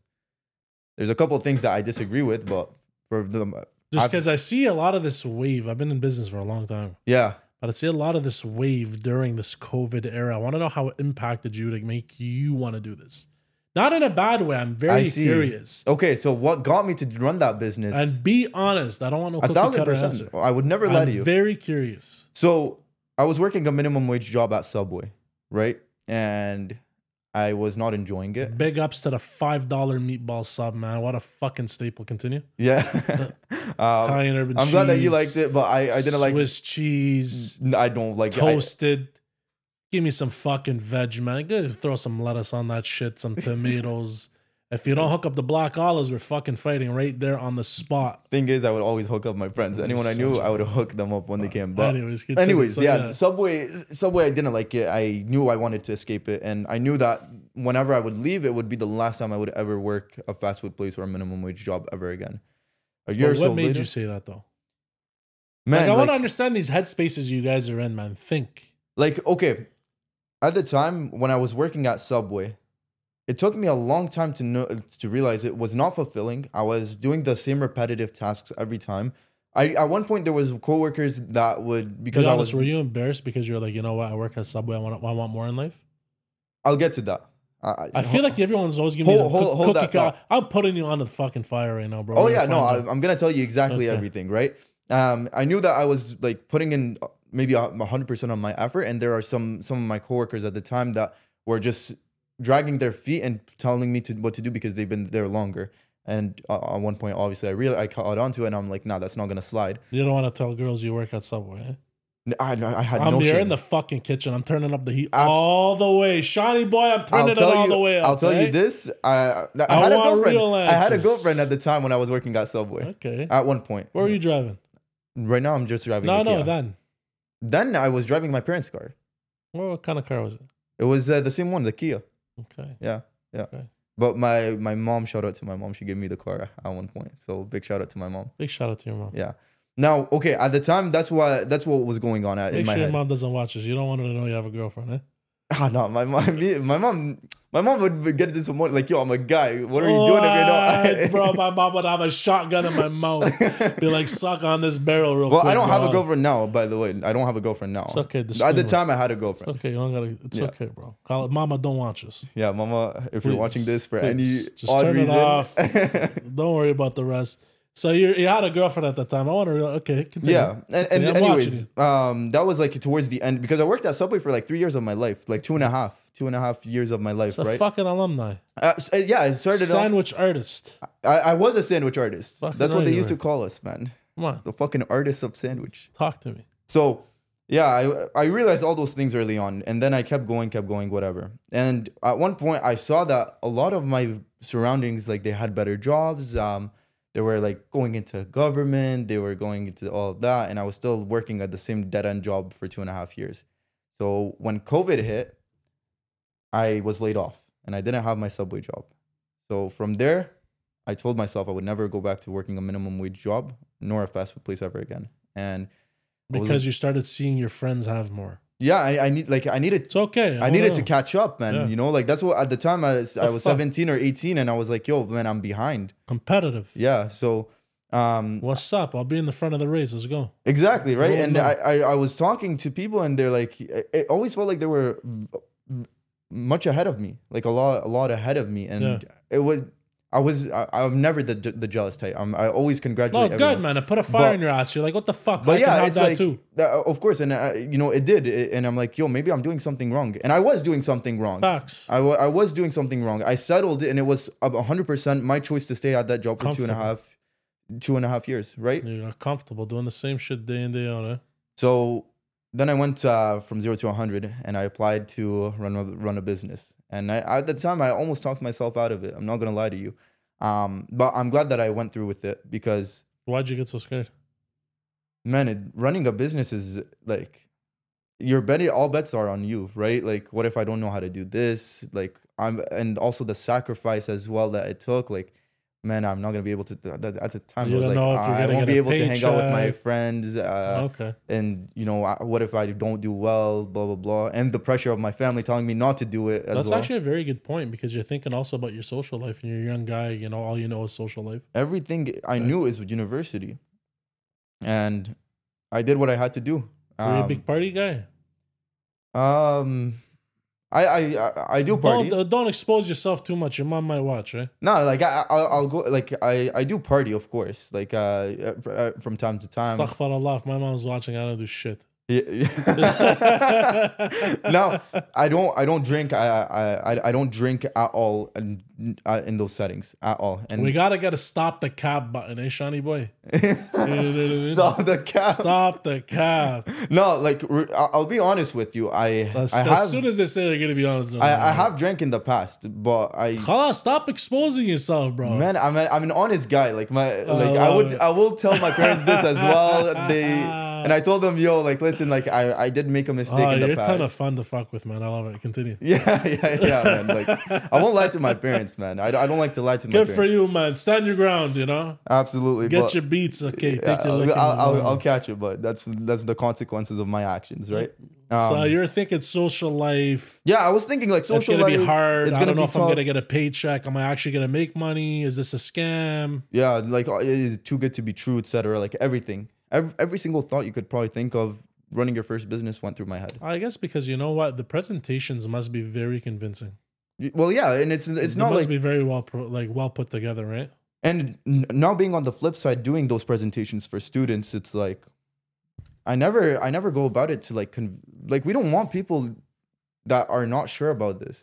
There's a couple of things that I disagree with, but for the
Just
I've-
because I see a lot of this wave. I've been in business for a long time,
Yeah.
but I see a lot of this wave during this COVID era. I want to know how it impacted you to make you want to do this. Not in a bad way. I'm very
I see. Oh,
curious.
Okay, so what got me to run that business?
And be honest. I don't want no
a
cookie
thousand
cutter
percent.
answer.
I would never lie to
I'm
you.
very curious.
So I was working a minimum wage job at Subway, right? And I was not enjoying it.
Big ups to the five dollar meatball sub, man. What a fucking staple. Continue.
Yeah. um,
Italian urban.
I'm glad that you
cheese,
liked it, but I, I didn't like
Swiss cheese,
N- I don't like it. I-
toasted. Give me some fucking veg, man. Good. Throw some lettuce on that shit, some tomatoes. if you don't hook up the black olives, we're fucking fighting right there on the spot.
thing is, I would always hook up my friends. Anyone I knew,
Such a-
I would hook them up when they came. But
anyways, continue.
anyways,
So,
yeah, Subway, Subway, I didn't like it. I knew I wanted to escape it, and I knew that whenever I would leave, it would be the last time I would ever work a fast food place or a minimum wage job ever again. A
But
year or
what
so
made
later,
you say that though?
man,
like, I want to
like-
understand these headspaces you guys are in, man. Think.
like okay at the time when i was working at subway it took me a long time to know to realize it was not fulfilling i was doing the same repetitive tasks every time i at one point there was coworkers that would
Because
because
be
i
honest,
was
were you embarrassed because you're like, you know what? I work at Subway. I want. I want more in life.
i'll get to that i, I-
I feel like everyone's always giving
Hold-
me the
hold-
coo-
hold
cookie
that thought.
cutter. I'm putting you on the fucking fire right now, bro.
oh
We're
yeah
gonna
no
find
I,
out.
i'm gonna tell you exactly
Okay.
everything right um i knew that i was like putting in uh, maybe a 100% of my effort and there are some some of my coworkers at the time that were just dragging their feet and telling me to what to do because they've been there longer and uh, at one point obviously i really i caught onto it and i'm like nah that's not gonna slide
You don't want to tell girls you work at Subway. eh?
N- i, I had
I'm
no
here
shame.
in the fucking kitchen. I'm turning up the heat
Abs-
all the way. Shiny boy, I'm
I'll
turning it
tell
all
you,
the way up.
I'll tell
eh?
you this. I, I, I
I
had a
want
girlfriend.
real
I had a
answers.
girlfriend at the time when I was working at Subway.
Okay.
At one point,
Where are you driving?
right now I'm just driving.
No,
a
no,
Kia.
then.
then I was driving my parents' car.
Well, what kind of car was it?
It was uh, the same one, the Kia.
Okay.
Yeah, yeah.
Okay.
But my my mom, shout out to my mom. She gave me the car at one point. So big shout out to my mom.
Big shout out to your mom.
Yeah. Now, okay, at the time, that's why that's what was going on at, in
Make
my
sure your
head.
mom doesn't watch this. You don't want her to know you have a girlfriend, eh?
Ah, no, my mom, me- my mom, my mom would get into some more like, yo, I'm a guy. What are you doing right now?
What, bro, my mom would have a shotgun in my mouth. Be like, suck on this barrel real
well,
quick.
I don't have a
dog."
girlfriend now. By the way, I don't have a girlfriend now.
It's okay.
At
disclaimer.
the time, I had a girlfriend.
Okay, you don't gotta. It's
Yeah.
okay, bro. Call it, Mama, don't watch us.
Yeah, mama, if
Please,
you're watching this for
please,
any
just
odd
turn it
reason,
off. Don't worry about the rest. So you you had a girlfriend at the time. I want to real okay. Continue.
Yeah, and, and
I'm watching
anyways, um, that was like towards the end because I worked at Subway for like three years of my life, like two and a half, two and a half years of my
It's
life,
a
right?
fucking alumni,
Uh, s- uh, yeah, I started. off- Uh,
sandwich artist.
I, I was a sandwich artist.
Fucking
That's what
right
they
you
used
were.
to call us, man,
Come on,
the fucking artists of sandwich.
talk to me.
So, yeah, I I realized all those things early on, and then I kept going, kept going, whatever. And at one point, I saw that a lot of my surroundings, like they had better jobs. Um, they were like going into government, they were going into all of that, and I was still working at the same dead end job for two and a half years. So when COVID hit, I was laid off, and I didn't have my subway job. So from there, I told myself I would never go back to working a minimum wage job nor a fast food place ever again. And was
Because you started seeing your friends have more.
yeah, I, I need like I needed
It's okay.
I needed
wanna
to
know.
catch up, man.
Oh, Yeah.
You know, like that's what at the time I, was- I
The
was
fuck?
seventeen or eighteen, and I was like, yo, man, I'm behind.
competitive.
Yeah, so um,
What's up? I'll be in the front of the race. Let's go.
exactly right.
Well,
and
Oh, no.
I, I I was talking to people, and they're like, it it always felt like they were v- v- much ahead of me, like a lot a lot ahead of me, and
Yeah.
it was. I was I, I'm never the the jealous type. I'm, I always congratulate.
Oh,
everyone.
good man. I put a fire
But-
in your ass. You're like, what the fuck?
But
I
yeah,
can have
it's
that
like
too.
that- of course, and I, you know it did, It- and I'm like, yo, maybe I'm doing something wrong, and I was doing something wrong.
Facts.
I wa- I was doing something wrong. I settled it, and it was a 100% my choice to stay at that job for two and a
Comfortable.
half, two and a half years, right?
You're comfortable doing the same shit day in day out. Eh?
So then I went uh, from zero to 100, and I applied to run a, run a business. And I, at the time, I almost talked myself out of it. I'm not gonna lie to you, um, but I'm glad that I went through with it because
Why'd you get so scared?
man, it, running a business is like your bet all bets are on you, right? Like what if I don't know how to do this? Like I'm and also the sacrifice as well that it took like man, I'm not going to be able to th- th- at the time
You
I
don't
was like
know if you're
I
gonna get
won't be
a
able to hang out with my
paycheck."
friends uh,
okay.
and you know I, what if I don't do well, blah blah blah and the pressure of my family telling me not to do it as
That's
well.
actually a very good point because you're thinking also about your social life and you're a young guy, you know, all you know is social life.
Everything I knew is university. and I did what I had to do.
Were you a
Um,
big party guy?
um, I, I I I do party.
Don't uh, don't expose yourself too much. Your mom might watch, eh? right?
No, like I I- I'll, I'll go like I I do party of course like uh fr- uh, from time to time.
Astaghfirullah. If my mom's watching, I don't do shit.
Yeah. no, I don't. I don't drink. I I I, I don't drink at all in, uh, in those settings at all. And
We gotta gotta stop the cab button, eh, Shawnee boy?
stop the cap.
Stop the cab.
No, like re- I'll I'll be honest with you. I
As,
I
as
have
soon as they say they're gonna be honest, I'm
I, I
like,
have drank in the past, but I
"Khalas, stop exposing yourself, bro.
man, I'm a, I'm an honest guy. Like my like I
love
would
it.
I will tell my parents this as well. They and I told them, yo, like listen, like I I did make a mistake
Oh,
in the
you're
past.
kind of fun to fuck with, man. I love it. Continue.
yeah, yeah, yeah, man. Like I won't lie to my parents, man. I, don't- I don't like to lie to my
Good
parents.
for you, man. Stand your ground. You know,
Absolutely.
get
but,
your beats. Okay,
yeah,
take your
I'll,
licking.
I'll,
man. Mm-hmm.
I'll, I'll catch it, but that's that's the consequences of my actions, right?
so
Um,
you're thinking social life.
yeah, I was thinking like
It's
social
gonna be
life,
hard.
It's
I
gonna
don't know
be
if I'm gonna
tough.
get a paycheck. Am I actually gonna make money? Is this a scam?
yeah, like uh, it is too good to be true, etc. Like everything, every, every single thought you could probably think of running your first business went through my head.
I guess because you know what, the presentations must be very convincing.
Y- Well, yeah, and it's it's
They
not
must be
like
very well pro- like well put together, right?
and n- now being on the flip side, doing those presentations for students, it's like I never I never go about it to like conv- like we don't want people that are not sure about this.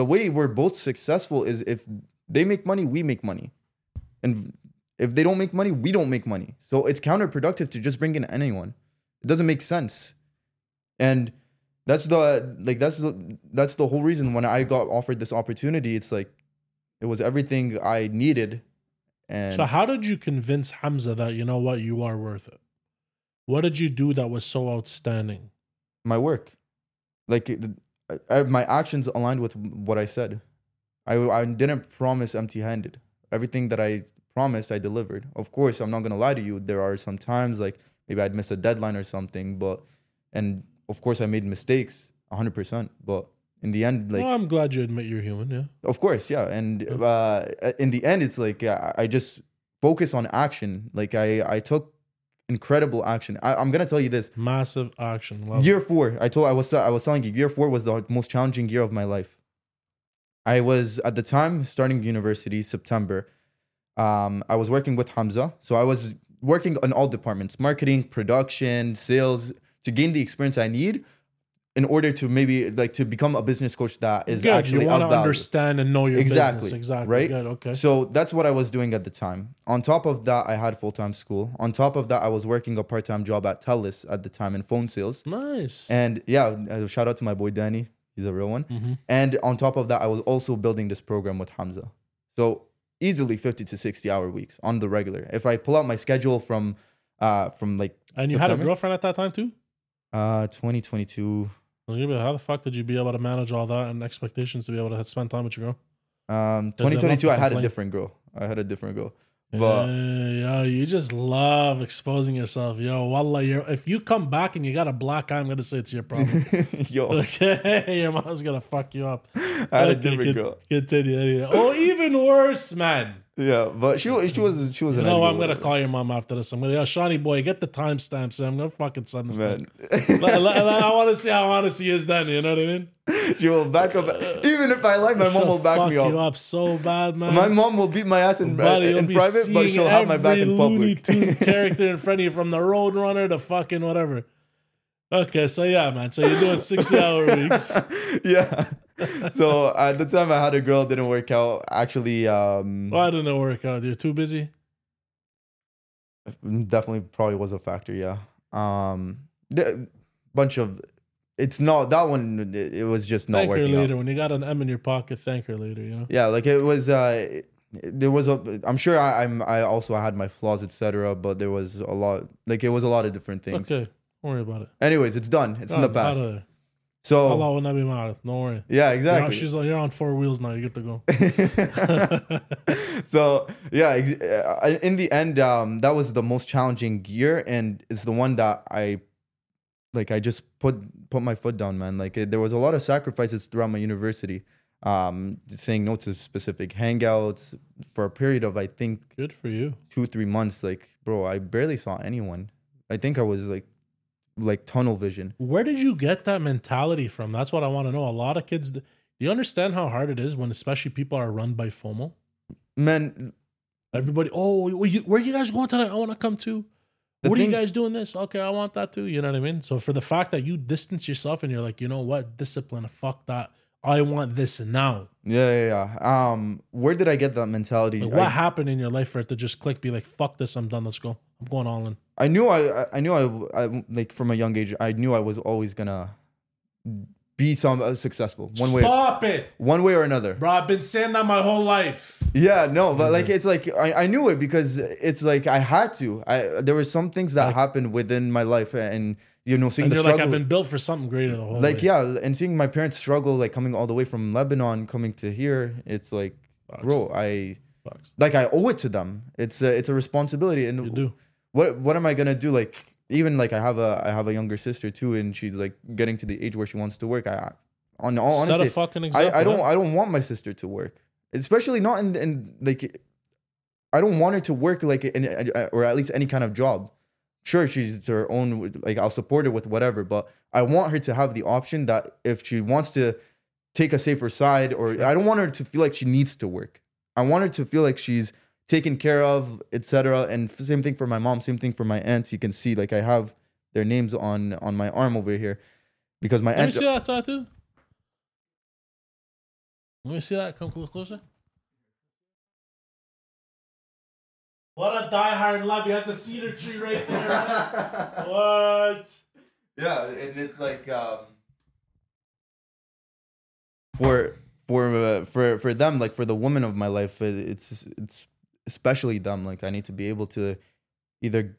The way we're both successful is if they make money, we make money, and if they don't make money, we don't make money. So it's counterproductive to just bring in anyone. It doesn't make sense, and that's the like that's the that's the whole reason when I got offered this opportunity. It's like it was everything I needed, and
So how did you convince Hamza that you know what, you are worth it? What did you do that was so outstanding?
my work. Like it- I, I, my actions aligned with what I said. I, I didn't promise empty handed. Everything that I promised, I delivered. Of course, I'm not going to lie to you. There are some times like maybe I'd miss a deadline or something, but, and of course, I made mistakes 100%. But in the end, like,
well, I'm glad you admit you're human. Yeah,
of course, yeah. And uh, in the end, it's like yeah, I I just focus on action. Like, I, I took incredible action. I, I'm going to tell you this
massive action. Love it.
year four i told i was i was telling you year four was the most challenging year of my life i was at the time starting university september um, i was working with hamza so i was working on all departments marketing production sales to gain the experience i need in order to maybe like to become a business coach that is
Good.
actually
you want
of
to
value.
understand and know your
Exactly,
business. Exactly.
right?
Good. Okay.
So that's what I was doing at the time. On top of that, I had full time school. On top of that, I was working a part time job at Telus at the time in phone sales.
nice.
And yeah, uh, shout out to my boy Danny. He's a real one.
Mm-hmm.
And on top of that, I was also building this program with Hamza. So easily 50 to 60 hour weeks on the regular. If I pull out my schedule from uh from like
and you had a
September?
girlfriend at that time too.
uh 2022
I was gonna be like, how the fuck did you be able to manage all that and expectations to be able to spend time with your girl?
um
Doesn't have
2022 I
to
had a
complain.
different girl. I had a different girl. But
yeah, yo, you just love exposing yourself, yo. Wallah, you if you come back and you got a black eye, I'm gonna say it's your problem.
yo,
okay, your mom's gonna fuck you up.
I had a
Okay,
different
con-
girl.
Continue, anyway. Oh, even worse, man.
Yeah, but she was she was she was
You
an
know what? I'm gonna call your mom after this. I'm gonna, yo, Shawnee boy, get the timestamps. I'm gonna fucking send this.
man.
thing. Like, like, like, I want to see how honest he is. Then you know what I mean?
she will back up even if I lie, my mom
She'll
will back
fuck
me
you
up.
up so bad, man.
My mom will beat my ass in,
Buddy, you'll
in
be
private, but
seeing
she'll have my back
every
in
Looney
public.
Tune character in front of you, from the Road Runner to fucking whatever. Okay, so yeah, man. So you're doing sixty-hour weeks.
yeah. So at the time I had a girl, didn't work out. Actually, um,
Why didn't it work out? You're too busy.
definitely probably was a factor. Yeah. Um, the bunch of, it's not that one. It, it was just not
thank her
working out.
later when you got an M in your pocket. Thank her later. You know.
Yeah, like it was. Uh, there was a. I'm sure I, I'm. I also had my flaws, etc. But there was a lot. Like it was a lot of different things.
Okay, don't worry about it.
Anyways, it's done. It's in the
Out-
past.
out of there.
So
Allah will not be mad. Don't worry.
yeah,
You're,
exactly.
on, she's on, you're on four wheels now. You get to go.
so yeah ex- uh, in the end um that was the most challenging year and it's the one that i like i just put put my foot down man like it, there was a lot of sacrifices throughout my university um, saying no to specific hangouts for a period of I think
Good for you.
two three months. Like, bro, I barely saw anyone. I think I was like like tunnel vision.
Where did you get that mentality from? That's what I want to know. A lot of kids, do you understand how hard it is when, especially people are run by FOMO?
Man,
Everybody, oh, where you, where you guys going tonight? I want to come too.
The
what are you
thing-
guys doing this? Okay, I want that too. You know what I mean? So for the fact that you distance yourself and you're like, you know what, discipline, fuck that. I want this now.
yeah, yeah, yeah. Um, where did I get that mentality?
Like,
I-
what happened in your life for it to just click? Be like, fuck this, I'm done. Let's go. I'm going all in.
I knew I, I- I knew I, I, like from a young age, I knew I was always gonna be some uh, successful one way,
Stop it,
one way or another.
bro. I've been saying that my whole life.
Yeah, no, but like it's like I, I knew it because it's like I had to. I there were some things that happened within my life, and you know, seeing
And
the
you're
struggle.
like, I've been built for something greater the whole
like
way.
yeah, and seeing my parents struggle, like coming all the way from Lebanon, coming to here, it's like, bro, I
Fucks.
like I owe it to them. It's a, it's a responsibility, and
You do.
what what am I gonna do? Like even like I have a I have a younger sister too, and she's like getting to the age where she wants to work. I on all
Set a
honesty,
fucking example.
I, I don't
huh?
I don't want my sister to work, especially not in in like I don't want her to work like in uh, or at least any kind of job. Sure, she's her own. Like I'll support her with whatever, but I want her to have the option that if she wants to take a safer side, or I don't want her to feel like she needs to work. I want her to feel like she's taken care of, etc. And f- same thing for my mom, same thing for my aunts. You can see like I have their names on on my arm over here because my
Let me
aunts
see that tattoo. Let me see that. Come clo- closer. What a diehard lobby. That's a cedar tree right there. what?
Yeah, and it's like um, for for uh, for for them, like for the woman of my life, it- it's it's especially them. Like I need to be able to either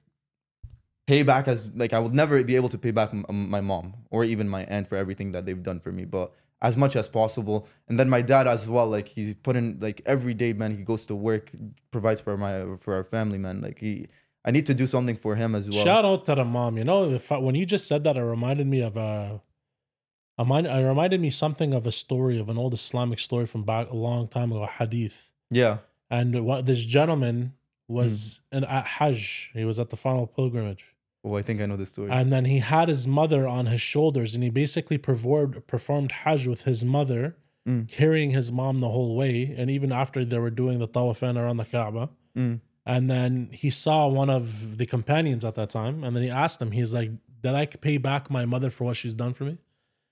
pay back as like I will never be able to pay back m- my mom or even my aunt for everything that they've done for me, but as much as possible. And then my dad as well, like he's put in like every day, man. He goes to work, provides for my for our family, man. Like he, I need to do something for him as well.
Shout out to the mom. You know, the fa- when you just said that, it reminded me of a. a mind- It reminded me something of a story of an old Islamic story from back a long time ago, hadith.
yeah.
And what, this gentleman was in, at Hajj. He was at the final pilgrimage.
Oh, I think I know this story.
And then he had his mother on his shoulders, and he basically performed performed Hajj with his mother,
Mm.
carrying his mom the whole way, and even after they were doing the tawaf and around the Kaaba.
Mm.
And then he saw one of the companions at that time, and then he asked him, he's like, "Did I pay back my mother for what she's done for me?"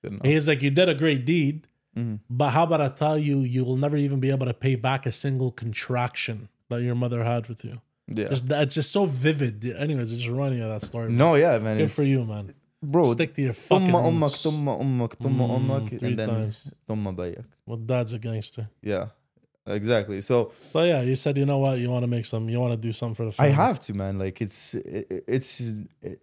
Good enough.
He's like, "You did a great deed,
Mhm.
but how about I tell you, you will never even be able to pay back a single contraction that your mother had with you."
Yeah.
Just that's just so vivid. Anyways, it's just reminding me of that story.
no, yeah, man.
Good
it's-
for you, man.
bro.
Stick to your fucking
Thumma ummak,
roots.
thumma ummak, thumma
Mm,
ummak,
three
and then
times.
thumma bayak.
Well, dad's a gangster.
Yeah, exactly. So
So yeah, you said you know what you want to make some, you want to do something for the
I
family.
have to, man. Like it's it, it- it's it,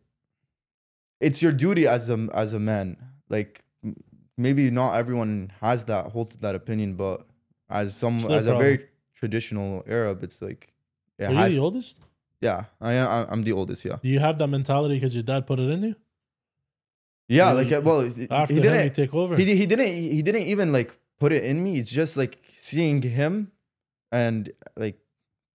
it's your duty as a as a man. Like m- maybe not everyone has that holds that opinion, but as some
It's
as
their
a very traditional Arab, it's like it
Are you
has.
the oldest?
Yeah, I am. I'm the oldest. Yeah,
Do you have that mentality because your dad put it in you?
yeah.
Really?
Like uh, well, he-
After
he
him,
didn't.
you take over.
He, he didn't he didn't even like put it in me. It's just like seeing him and like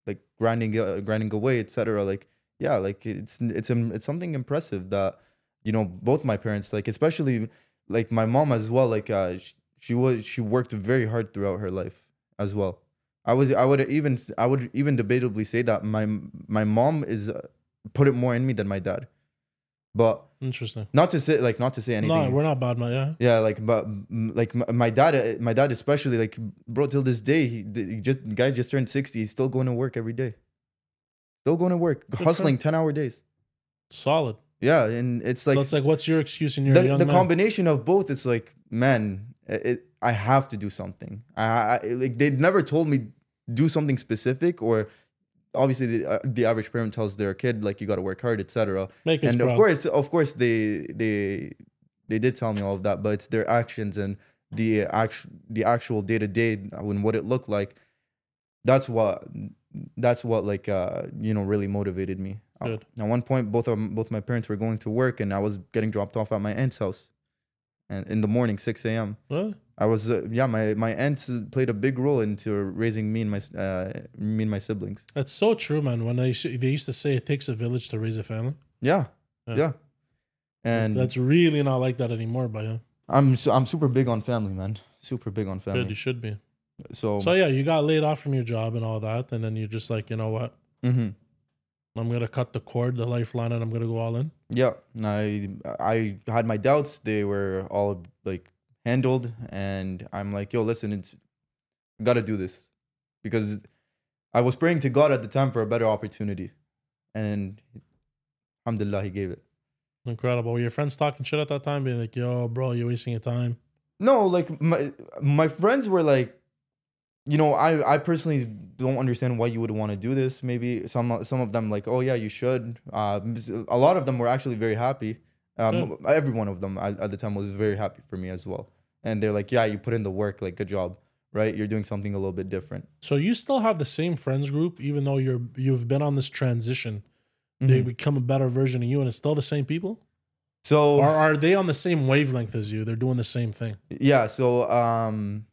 like grinding uh, grinding away, etc. Like yeah, like it's it's um, it's something impressive that you know both my parents like especially like my mom as well like uh she, she was she worked very hard throughout her life as well. I was I would even I would even debatably say that my my mom is uh, put it more in me than my dad. But
Interesting.
not to say like not to say anything
No, we're not bad, man. Yeah.
yeah like but mm, like m- my dad uh, my dad especially like bro till this day he, d- he just the guy just turned 60 he's still going to work every day still going to work
for
hustling 10 hour days
Solid.
yeah and it's
Like,
like
That's like, what's your excuse and you're a
the,
young
the
man?
combination of both it's like man it, it- i have to do something i, I like they never told me do something specific or obviously the, uh, the average parent tells their kid like you got to work hard etc
Make us
and
proud.
of course of course they they they did tell me all of that but it's their actions and the actual the actual day to day and what it looked like that's what that's what like uh you know really motivated me
Good.
at one point both of both my parents were going to work and i was getting dropped off at my aunt's house and in the morning 6 a.m
Really?
I was uh, yeah my my aunts played a big role into raising me and my s- uh, me and my siblings.
That's so true, man. When they used- they used to say it takes a village to raise a family,
Yeah,
Yeah.
yeah, and
that's really not like that anymore. By yeah,
I'm su- I'm super big on family, man. Super big on
good, you
family.
should be.
So,
So yeah, you got laid off from your job and all that, and then you're just like, you know what?
mhm.
I'm gonna cut the cord, the lifeline, and I'm gonna go all in.
yeah, and I I had my doubts. They were all like handled, and I'm like, yo, listen, it's gotta do this because I was praying to God at the time for a better opportunity, and alhamdulillah, He gave it.
Incredible. Were your friends talking shit at that time, being like, "Yo, bro, you're wasting your time."
No, like my my friends were like, you know, I I personally don't understand why you would want to do this. Maybe some some of them like, oh yeah, you should. Uh, a lot of them were actually very happy. Um,
Hmm.
every one of them at, at the time was very happy for me as well. And they're like, yeah, you put in the work, like good job, right? You're doing something a little bit different.
So you still have the same friends group, even though you're you've been on this transition. They
Mhm.
become a better version of you, and it's still the same people.
So
Or are they on the same wavelength as you? They're doing the same thing.
Yeah, so um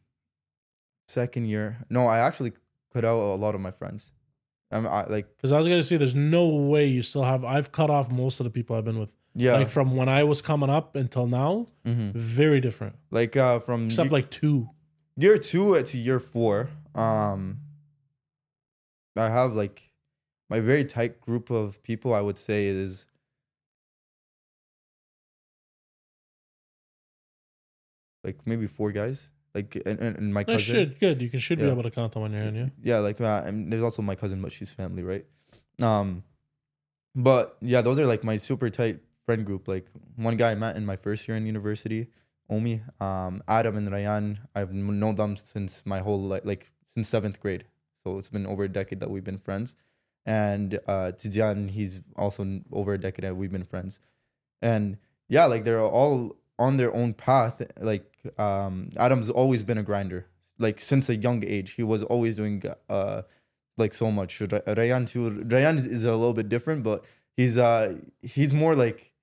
second year. No, I actually cut out a lot of my friends. I'm I, like
Because I was gonna say, there's no way you still have. I've cut off most of the people I've been with,
yeah,
like from when I was coming up until now.
mhm.
Very different,
like uh from
except
ye-
like two.
year 2 to year 4, um I have like my very tight group of people I would say is like maybe four guys. Like and, and and my
I
cousin.
should good. You can should be
Yeah.
able to count them on your hand. Yeah.
yeah like uh, and there's also my cousin but she's family right um but yeah those are like my super tight friend group like one guy i met in my first year in university omi um adam and ryan i've kn- known them since my whole life like since seventh grade so it's been over a decade that we've been friends and uh tizian he's also n- over a decade that we've been friends and yeah like they're all on their own path like um adam's always been a grinder like since a young age he was always doing uh like so much Ra- rayan too rayan is a little bit different but he's uh he's more like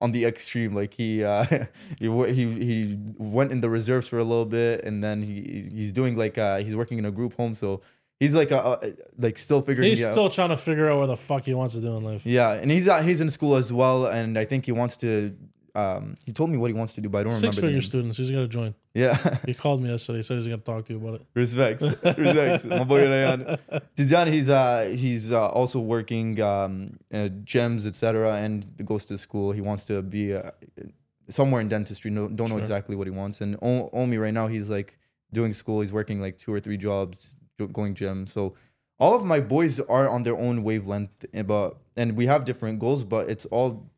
on the extreme like he uh he wa- he, he went in the reserves for a little bit and then he he's doing like uh he's working in a group home so he's like a, a like still figuring
He's
it out.
still trying to figure out what the fuck he wants to do in life.
Yeah, and he's out, he's in school as well, and I think he wants to. Um, he told me what he wants to do, but I don't
Six
remember.
figure
the
students. He's gonna join.
name. Yeah,
He called me yesterday. He said he's gonna talk to you about it.
respects, respects, my boy Ryan. Tijan, he's uh, he's uh, also working um, uh, gyms, etc., and goes to school. He wants to be uh, somewhere in dentistry. No, don't know
Sure.
exactly what he wants. And o- Omi right now, he's like doing school. He's working like two or three jobs, go- going gym. So all of my boys are on their own wavelength, and- but and we have different goals, but it's all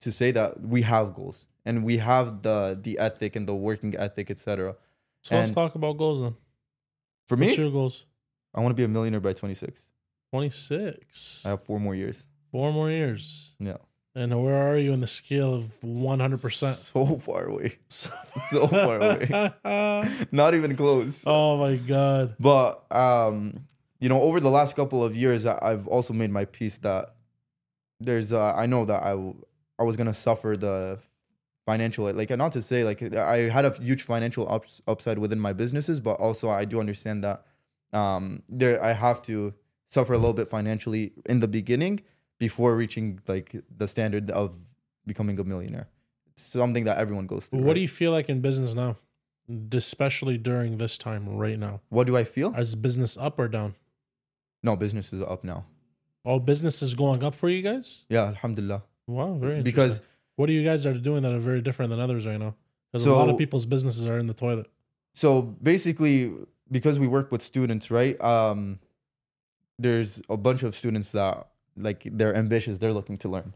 to say that we have goals and we have the the ethic and the working ethic, etc.
So let's
And-
talk about goals then.
For
What's
me,
your goals?
I want to be a millionaire by 26.
Twenty six.
I have four more years.
Four more years.
Yeah.
And where are you in the scale of one hundred percent?
So far away.
So
So far away. Not even close.
oh my god.
But um, you know, over the last couple of years, I, I've also made my peace that there's. Uh, I know that I w- I was gonna suffer the financial like not to say like I had a huge financial ups, upside within my businesses, but also I do understand that um, there I have to suffer a little bit financially in the beginning before reaching like the standard of becoming a millionaire. It's something that everyone goes through.
What
right?
do you feel like in business now? Especially during this time right now.
what do I feel?
Is business up or down?
No, business is up now.
All business is going up for you guys?
Yeah, alhamdulillah.
Wow, very interesting.
Because
what do you guys are doing that are very different than others right now? Because a
So-
lot of people's businesses are in the toilet.
so basically because we work with students right um there's a bunch of students that like they're ambitious they're looking to learn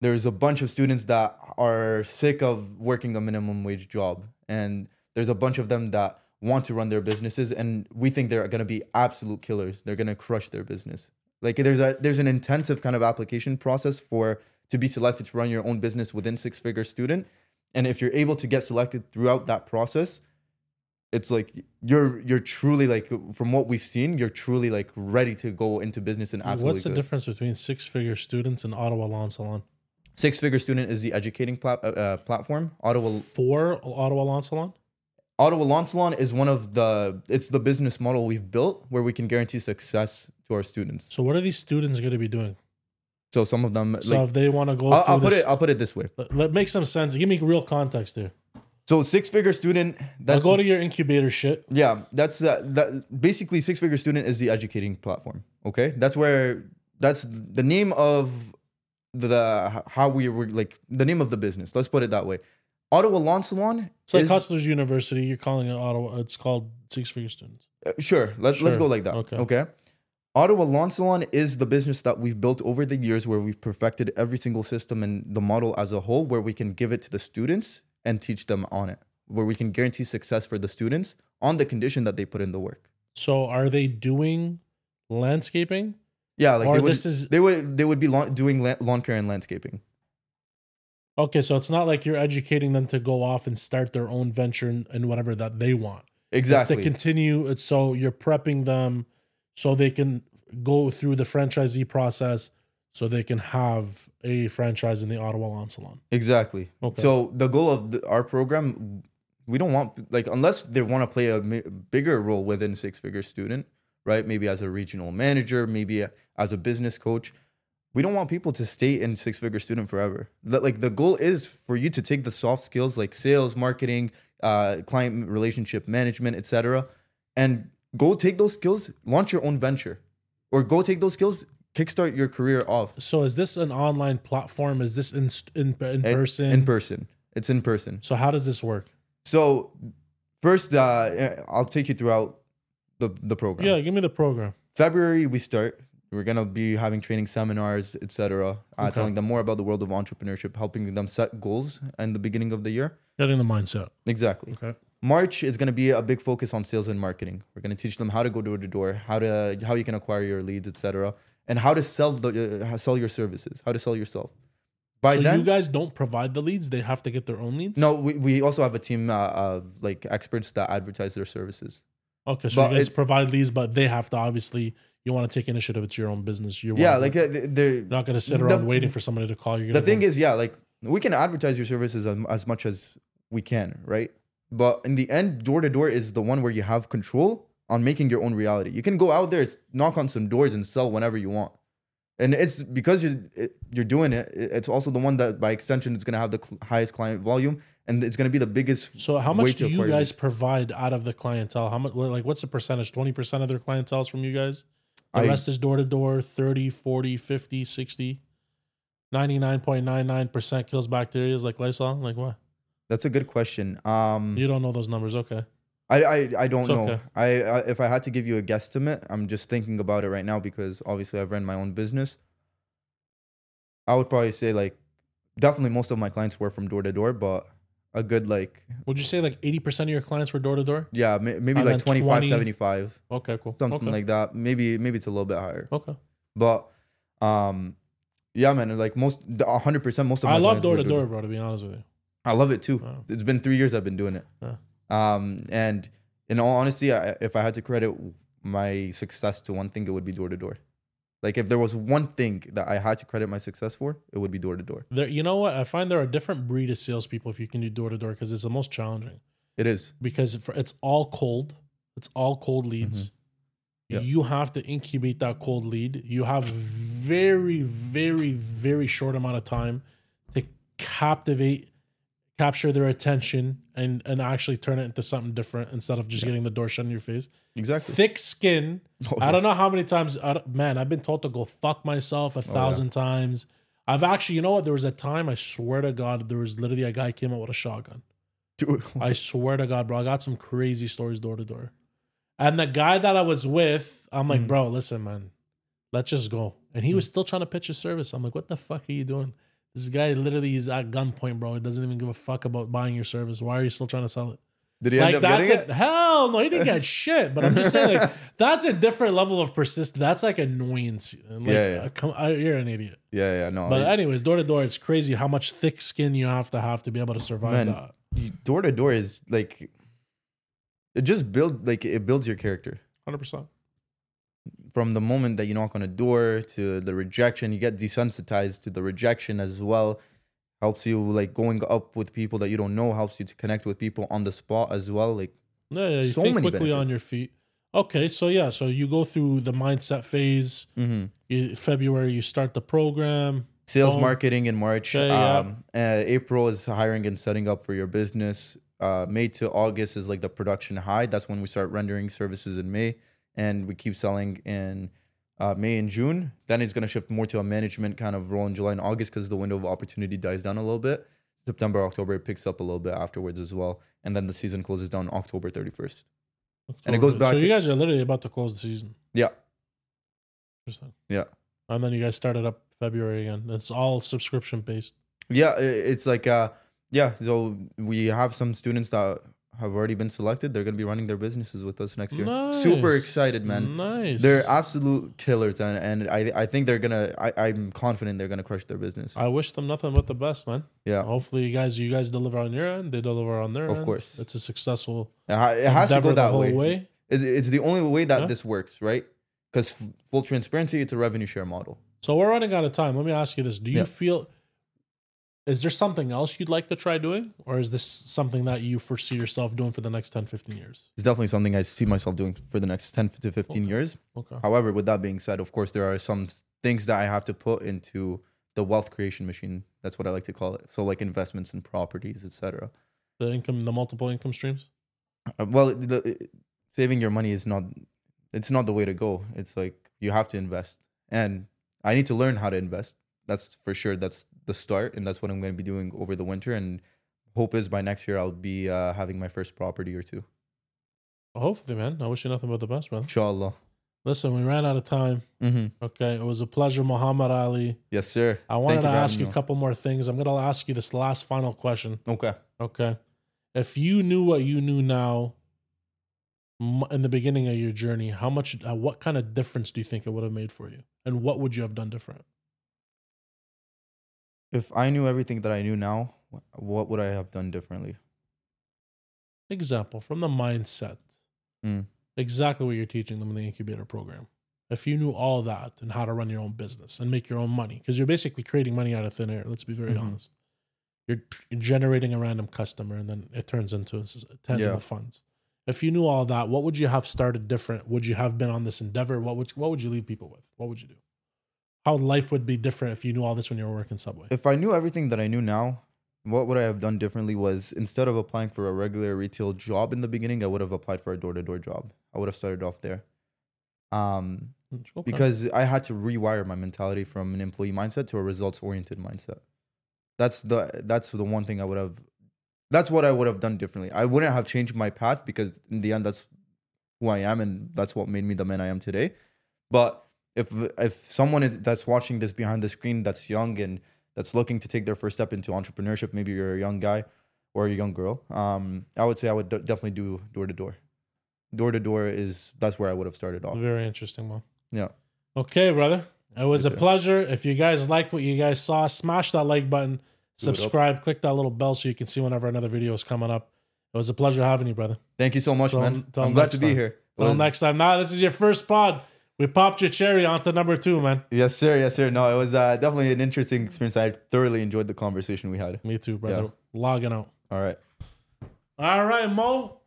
there's a bunch of students that are sick of working a minimum wage job and there's a bunch of them that want to run their businesses and we think they're going to be absolute killers they're going to crush their business like there's a there's an intensive kind of application process for to be selected to run your own business within six figure student and if you're able to get selected throughout that process it's like you're you're truly like from what we've seen you're truly like ready to go into business and absolutely
What's the
good.
difference between six figure students and Ottawa Lawn Salon?
Six Figure Student is the educating plat- uh, uh, platform. Ottawa,
For Ottawa Lawn Salon?
Ottawa Lawn Salon is one of the it's the business model we've built where we can guarantee success to our students.
So what are these students going to be doing?
So some of them,
So
like,
if they want to go,
I'll, I'll
through
put
this-
it I'll put it this way.
Let, let- make some sense. Give me real context there.
So six figure student.
I'll
That's
go to your incubator shit.
yeah. That's uh, that. Basically, six figure student is the educating platform. Okay, that's where that's the name of the how we were like the name of the business. Let's put it that way. Ottawa Lawn Salon.
It's like
is-
Hustlers University. You're calling it Ottawa. It's called Six Figure Students.
Uh, Sure. Let's let's
Sure.
go like that.
Okay.
Okay. Ottawa Lawn Salon is the business that we've built over the years where we've perfected every single system and the model as a whole where we can give it to the students and teach them on it. Where we can guarantee success for the students on the condition that they put in the work.
So are they doing landscaping?
Yeah, like
Or
they would,
this is-
they would they would be lawn, doing la- lawn care and landscaping.
Okay, so it's not like you're educating them to go off and start their own venture and, and whatever that they want.
Exactly.
It's to continue. It's so you're prepping them so they can go through the franchisee process so they can have a franchise in the Ottawa Lawn Salon.
Exactly.
Okay.
So the goal of the, our program, we don't want like unless they want to play a mi- bigger role within six figure student, right? Maybe as a regional manager, maybe a- as a business coach. We don't want people to stay in six figure student forever. That like the goal is for you to take the soft skills like sales, marketing, uh, client relationship management, etc., and go take those skills, launch your own venture, or go take those skills, kickstart your career off
So is this an online platform? Is this in in, in
in-
person?
In person, it's in person.
so how does this work?
So first, uh, eh, I'll take you throughout the the program.
Yeah, give me the program.
February we start. We're gonna be having training seminars, etc. Uh,
Okay.
Telling them more about the world of entrepreneurship, helping them set goals in the beginning of the year.
Getting the mindset.
Exactly.
Okay.
March is gonna be a big focus on sales and marketing. We're gonna teach them how to go door to door, how to how you can acquire your leads, etc. And how to sell the uh, sell your services, how to sell yourself. By
So
then,
you guys don't provide the leads; they have to get their own leads.
no, we, we also have a team uh, of like experts that advertise their services.
Okay, so
But
you guys
it's-
provide leads, but they have to obviously. You want to take initiative. It's your own business. You
Yeah,
wanna-
like uh, th- they're
you're not going to sit
the-
around waiting for somebody to call. You're
the
gonna
thing
go-
is, yeah, like we can advertise your services as, as much as we can, right? But in the end, door to door is the one where you have control on making your own reality. You can go out there, it's knock on some doors, and sell whenever you want. And it's because you're it- you're doing it. it- It's also the one that, by extension, it's gonna have the cl- highest client volume, and it's gonna be the biggest.
so how
way
much
to
do you
acquire
guys provide out of the clientele? How much? Like, what's the percentage? Twenty percent of their clientele is from you guys. The
I-
rest is door to door. 30, 40, 50, 60. 99.99% kills bacteria is like Lysol. Like what?
That's a good question. Um,
You don't know those numbers. Okay.
I, I, I don't
It's
know.
okay.
I, I if I had to give you a guesstimate, I'm just thinking about it right now because obviously I've run my own business. I would probably say like definitely most of my clients were from door to door, but a good like
Would you say like 80% of your clients were door to door?
yeah, may, maybe
And then
like 25
20
75,
Okay, cool.
something
okay.
like that. Maybe maybe it's a little bit higher.
Okay.
But um yeah, man, like most the 100% most of my
I love
clients were
door to door, bro, to be honest with you.
I love it too.
Wow.
It's been three years I've been doing it.
Yeah.
Um, and in all honesty, I, if I had to credit my success to one thing, it would be door to door. Like if there was one thing that I had to credit my success for, it would be door to door.
There, you know what? I find there are different breed of salespeople if you can do door to door because it's the most challenging
It is.
because for- it's all cold. It's all cold leads.
Yeah.
You have to incubate that cold lead. You have very, very, very short amount of time to captivate, capture their attention, and and actually turn it into something different instead of just getting the door shut in your face.
Exactly.
Thick skin.
Oh,
I don't know how many times. I don't- man, I've been told to go fuck
Oh,
myself a thousand times. I've actually, you know what? There was a time I swear to God, there was literally a guy came out with a shotgun.
Dude,
I swear to God, bro, I got some crazy stories door to door. And the guy that I was with, I'm
Mm.
like, bro, listen, man, let's just go. And he was still trying to pitch his service. I'm like, what the fuck are you doing? This guy literally is at gunpoint, bro. He doesn't even give a fuck about buying your service. Why are you still trying to sell it?
Did he
like
end up
that's
getting it?
a hell no, he didn't get shit. But I'm just saying, like that's a different level of persistence. That's like annoyance. And, Like,
Yeah, yeah.
uh, Come, I, you're an idiot.
Yeah, yeah, no.
But
I-
anyways, door to door, it's crazy how much thick skin you have to have to be able to survive
Man.
that.
you- door to door is like it just build like it builds your character.
Hundred percent.
From the moment that you knock on a door to the rejection, you get desensitized to the rejection as well. helps you like going up with people that you don't know helps you to connect with people on the spot as well like
Yeah, yeah. You
So
think
many
quickly on
benefits.
your feet. Okay, so yeah, so you go through the mindset phase.
mhm.
You, February, you start the program.
sales
Boom.
marketing in march
Okay, yeah.
um, uh, april is hiring and setting up for your business uh, may to august is like the production high that's when we start rendering services in may and we keep selling in uh, may and june then it's going to shift more to a management kind of role in july and august because the window of opportunity dies down a little bit september october it picks up a little bit afterwards as well and then the season closes down october 31st And it goes back
So you
to-
guys are literally about to close the season.
yeah
Interesting.
Yeah.
And then you guys started up February again. It's all subscription based.
Yeah, i- it's like uh yeah, so we have some students that have already been selected. They're going to be running their businesses with us next year. Super
Nice.
excited, man.
Nice.
They're absolute killers and and I I think they're going to I'm confident they're going to crush their business.
I wish them nothing but the best, man.
Yeah.
Hopefully, you guys, you guys deliver on your end. They deliver on their end.
Of course.
it's a successful
It ha- It has to
endeavor
go
the
that
whole
way.
way.
It's, it's the only way that
Yeah.
this works, right? Cuz f- full transparency, it's a revenue share model.
So we're running out of time. Let me ask you this: Do you
Yeah.
feel is there something else you'd like to try doing, or is this something that you foresee yourself doing for the next 10, 15 years?
It's definitely something I see myself doing for the next 10 to 15 years.
Okay.
However, with that being said, of course, there are some things that I have to put into the wealth creation machine. That's what I like to call it. So, like investments in properties, etc.
The income, the multiple income streams.
Uh, Well, the, saving your money is not it's not the way to go. It's like you have to invest, and I need to learn how to invest. That's for sure. That's the start, and that's what I'm going to be doing over the winter. And hope is by next year I'll be uh, having my first property or two.
Hopefully, man. I wish you nothing but the best, brother.
Inshallah.
Listen, we ran out of time.
Mm-hmm.
Okay, it was a pleasure, Muhammad Ali.
Yes, sir.
I wanted
Thank
to
for
ask
having
you
me.
a couple more things. I'm gonna ask you this last final question.
Okay.
Okay. If you knew what you knew now m- in the beginning of your journey, how much, uh, what kind of difference do you think it would have made for you? And what would you have done different?
If I knew everything that I knew now, wh- what would I have done differently?
Example from the mindset,
Mm.
exactly what you're teaching them in the incubator program. If you knew all that and how to run your own business and make your own money, because you're basically creating money out of thin air, let's be very
Mhm.
honest. You're you're generating a random customer and then it turns into s- tangible
Yeah.
funds. If you knew all that, what would you have started different? Would you have been on this endeavor? What would what would you leave people with? What would you do? How life would be different if you knew all this when you were working Subway?
If I knew everything that I knew now, what would I have done differently was instead of applying for a regular retail job in the beginning, I would have applied for a door to door job. I would have started off there. Um,
Mm, Okay.
because I had to rewire my mentality from an employee mindset to a results oriented mindset. That's the that's the one thing I would have that's what I would have done differently. I wouldn't have changed my path because in the end that's who I am and that's what made me the man I am today. But if if someone is- that's watching this behind the screen that's young and that's looking to take their first step into entrepreneurship, maybe you're a young guy or a young girl, um, I would say I would de- definitely do door to door. Door to door is that's where I would have started off.
Very interesting one.
Yeah.
Okay, brother. It was
You
a
too.
pleasure. If you guys liked what you guys saw, smash that like button,
Do it up.
subscribe, click that little bell so you can see whenever another video is coming up. It was a pleasure having you, brother.
Thank you so much,
Till-
man.
till
I'm glad
next
to be
time.
here.
Till
Was-
next time. Now, this is your first pod. We popped your cherry onto number two, man.
Yes, sir. Yes, sir. No, it was uh, definitely an interesting experience. I thoroughly
Mm.
enjoyed the conversation we had.
Me too, brother. Logging out.
All right.
All right, Mo.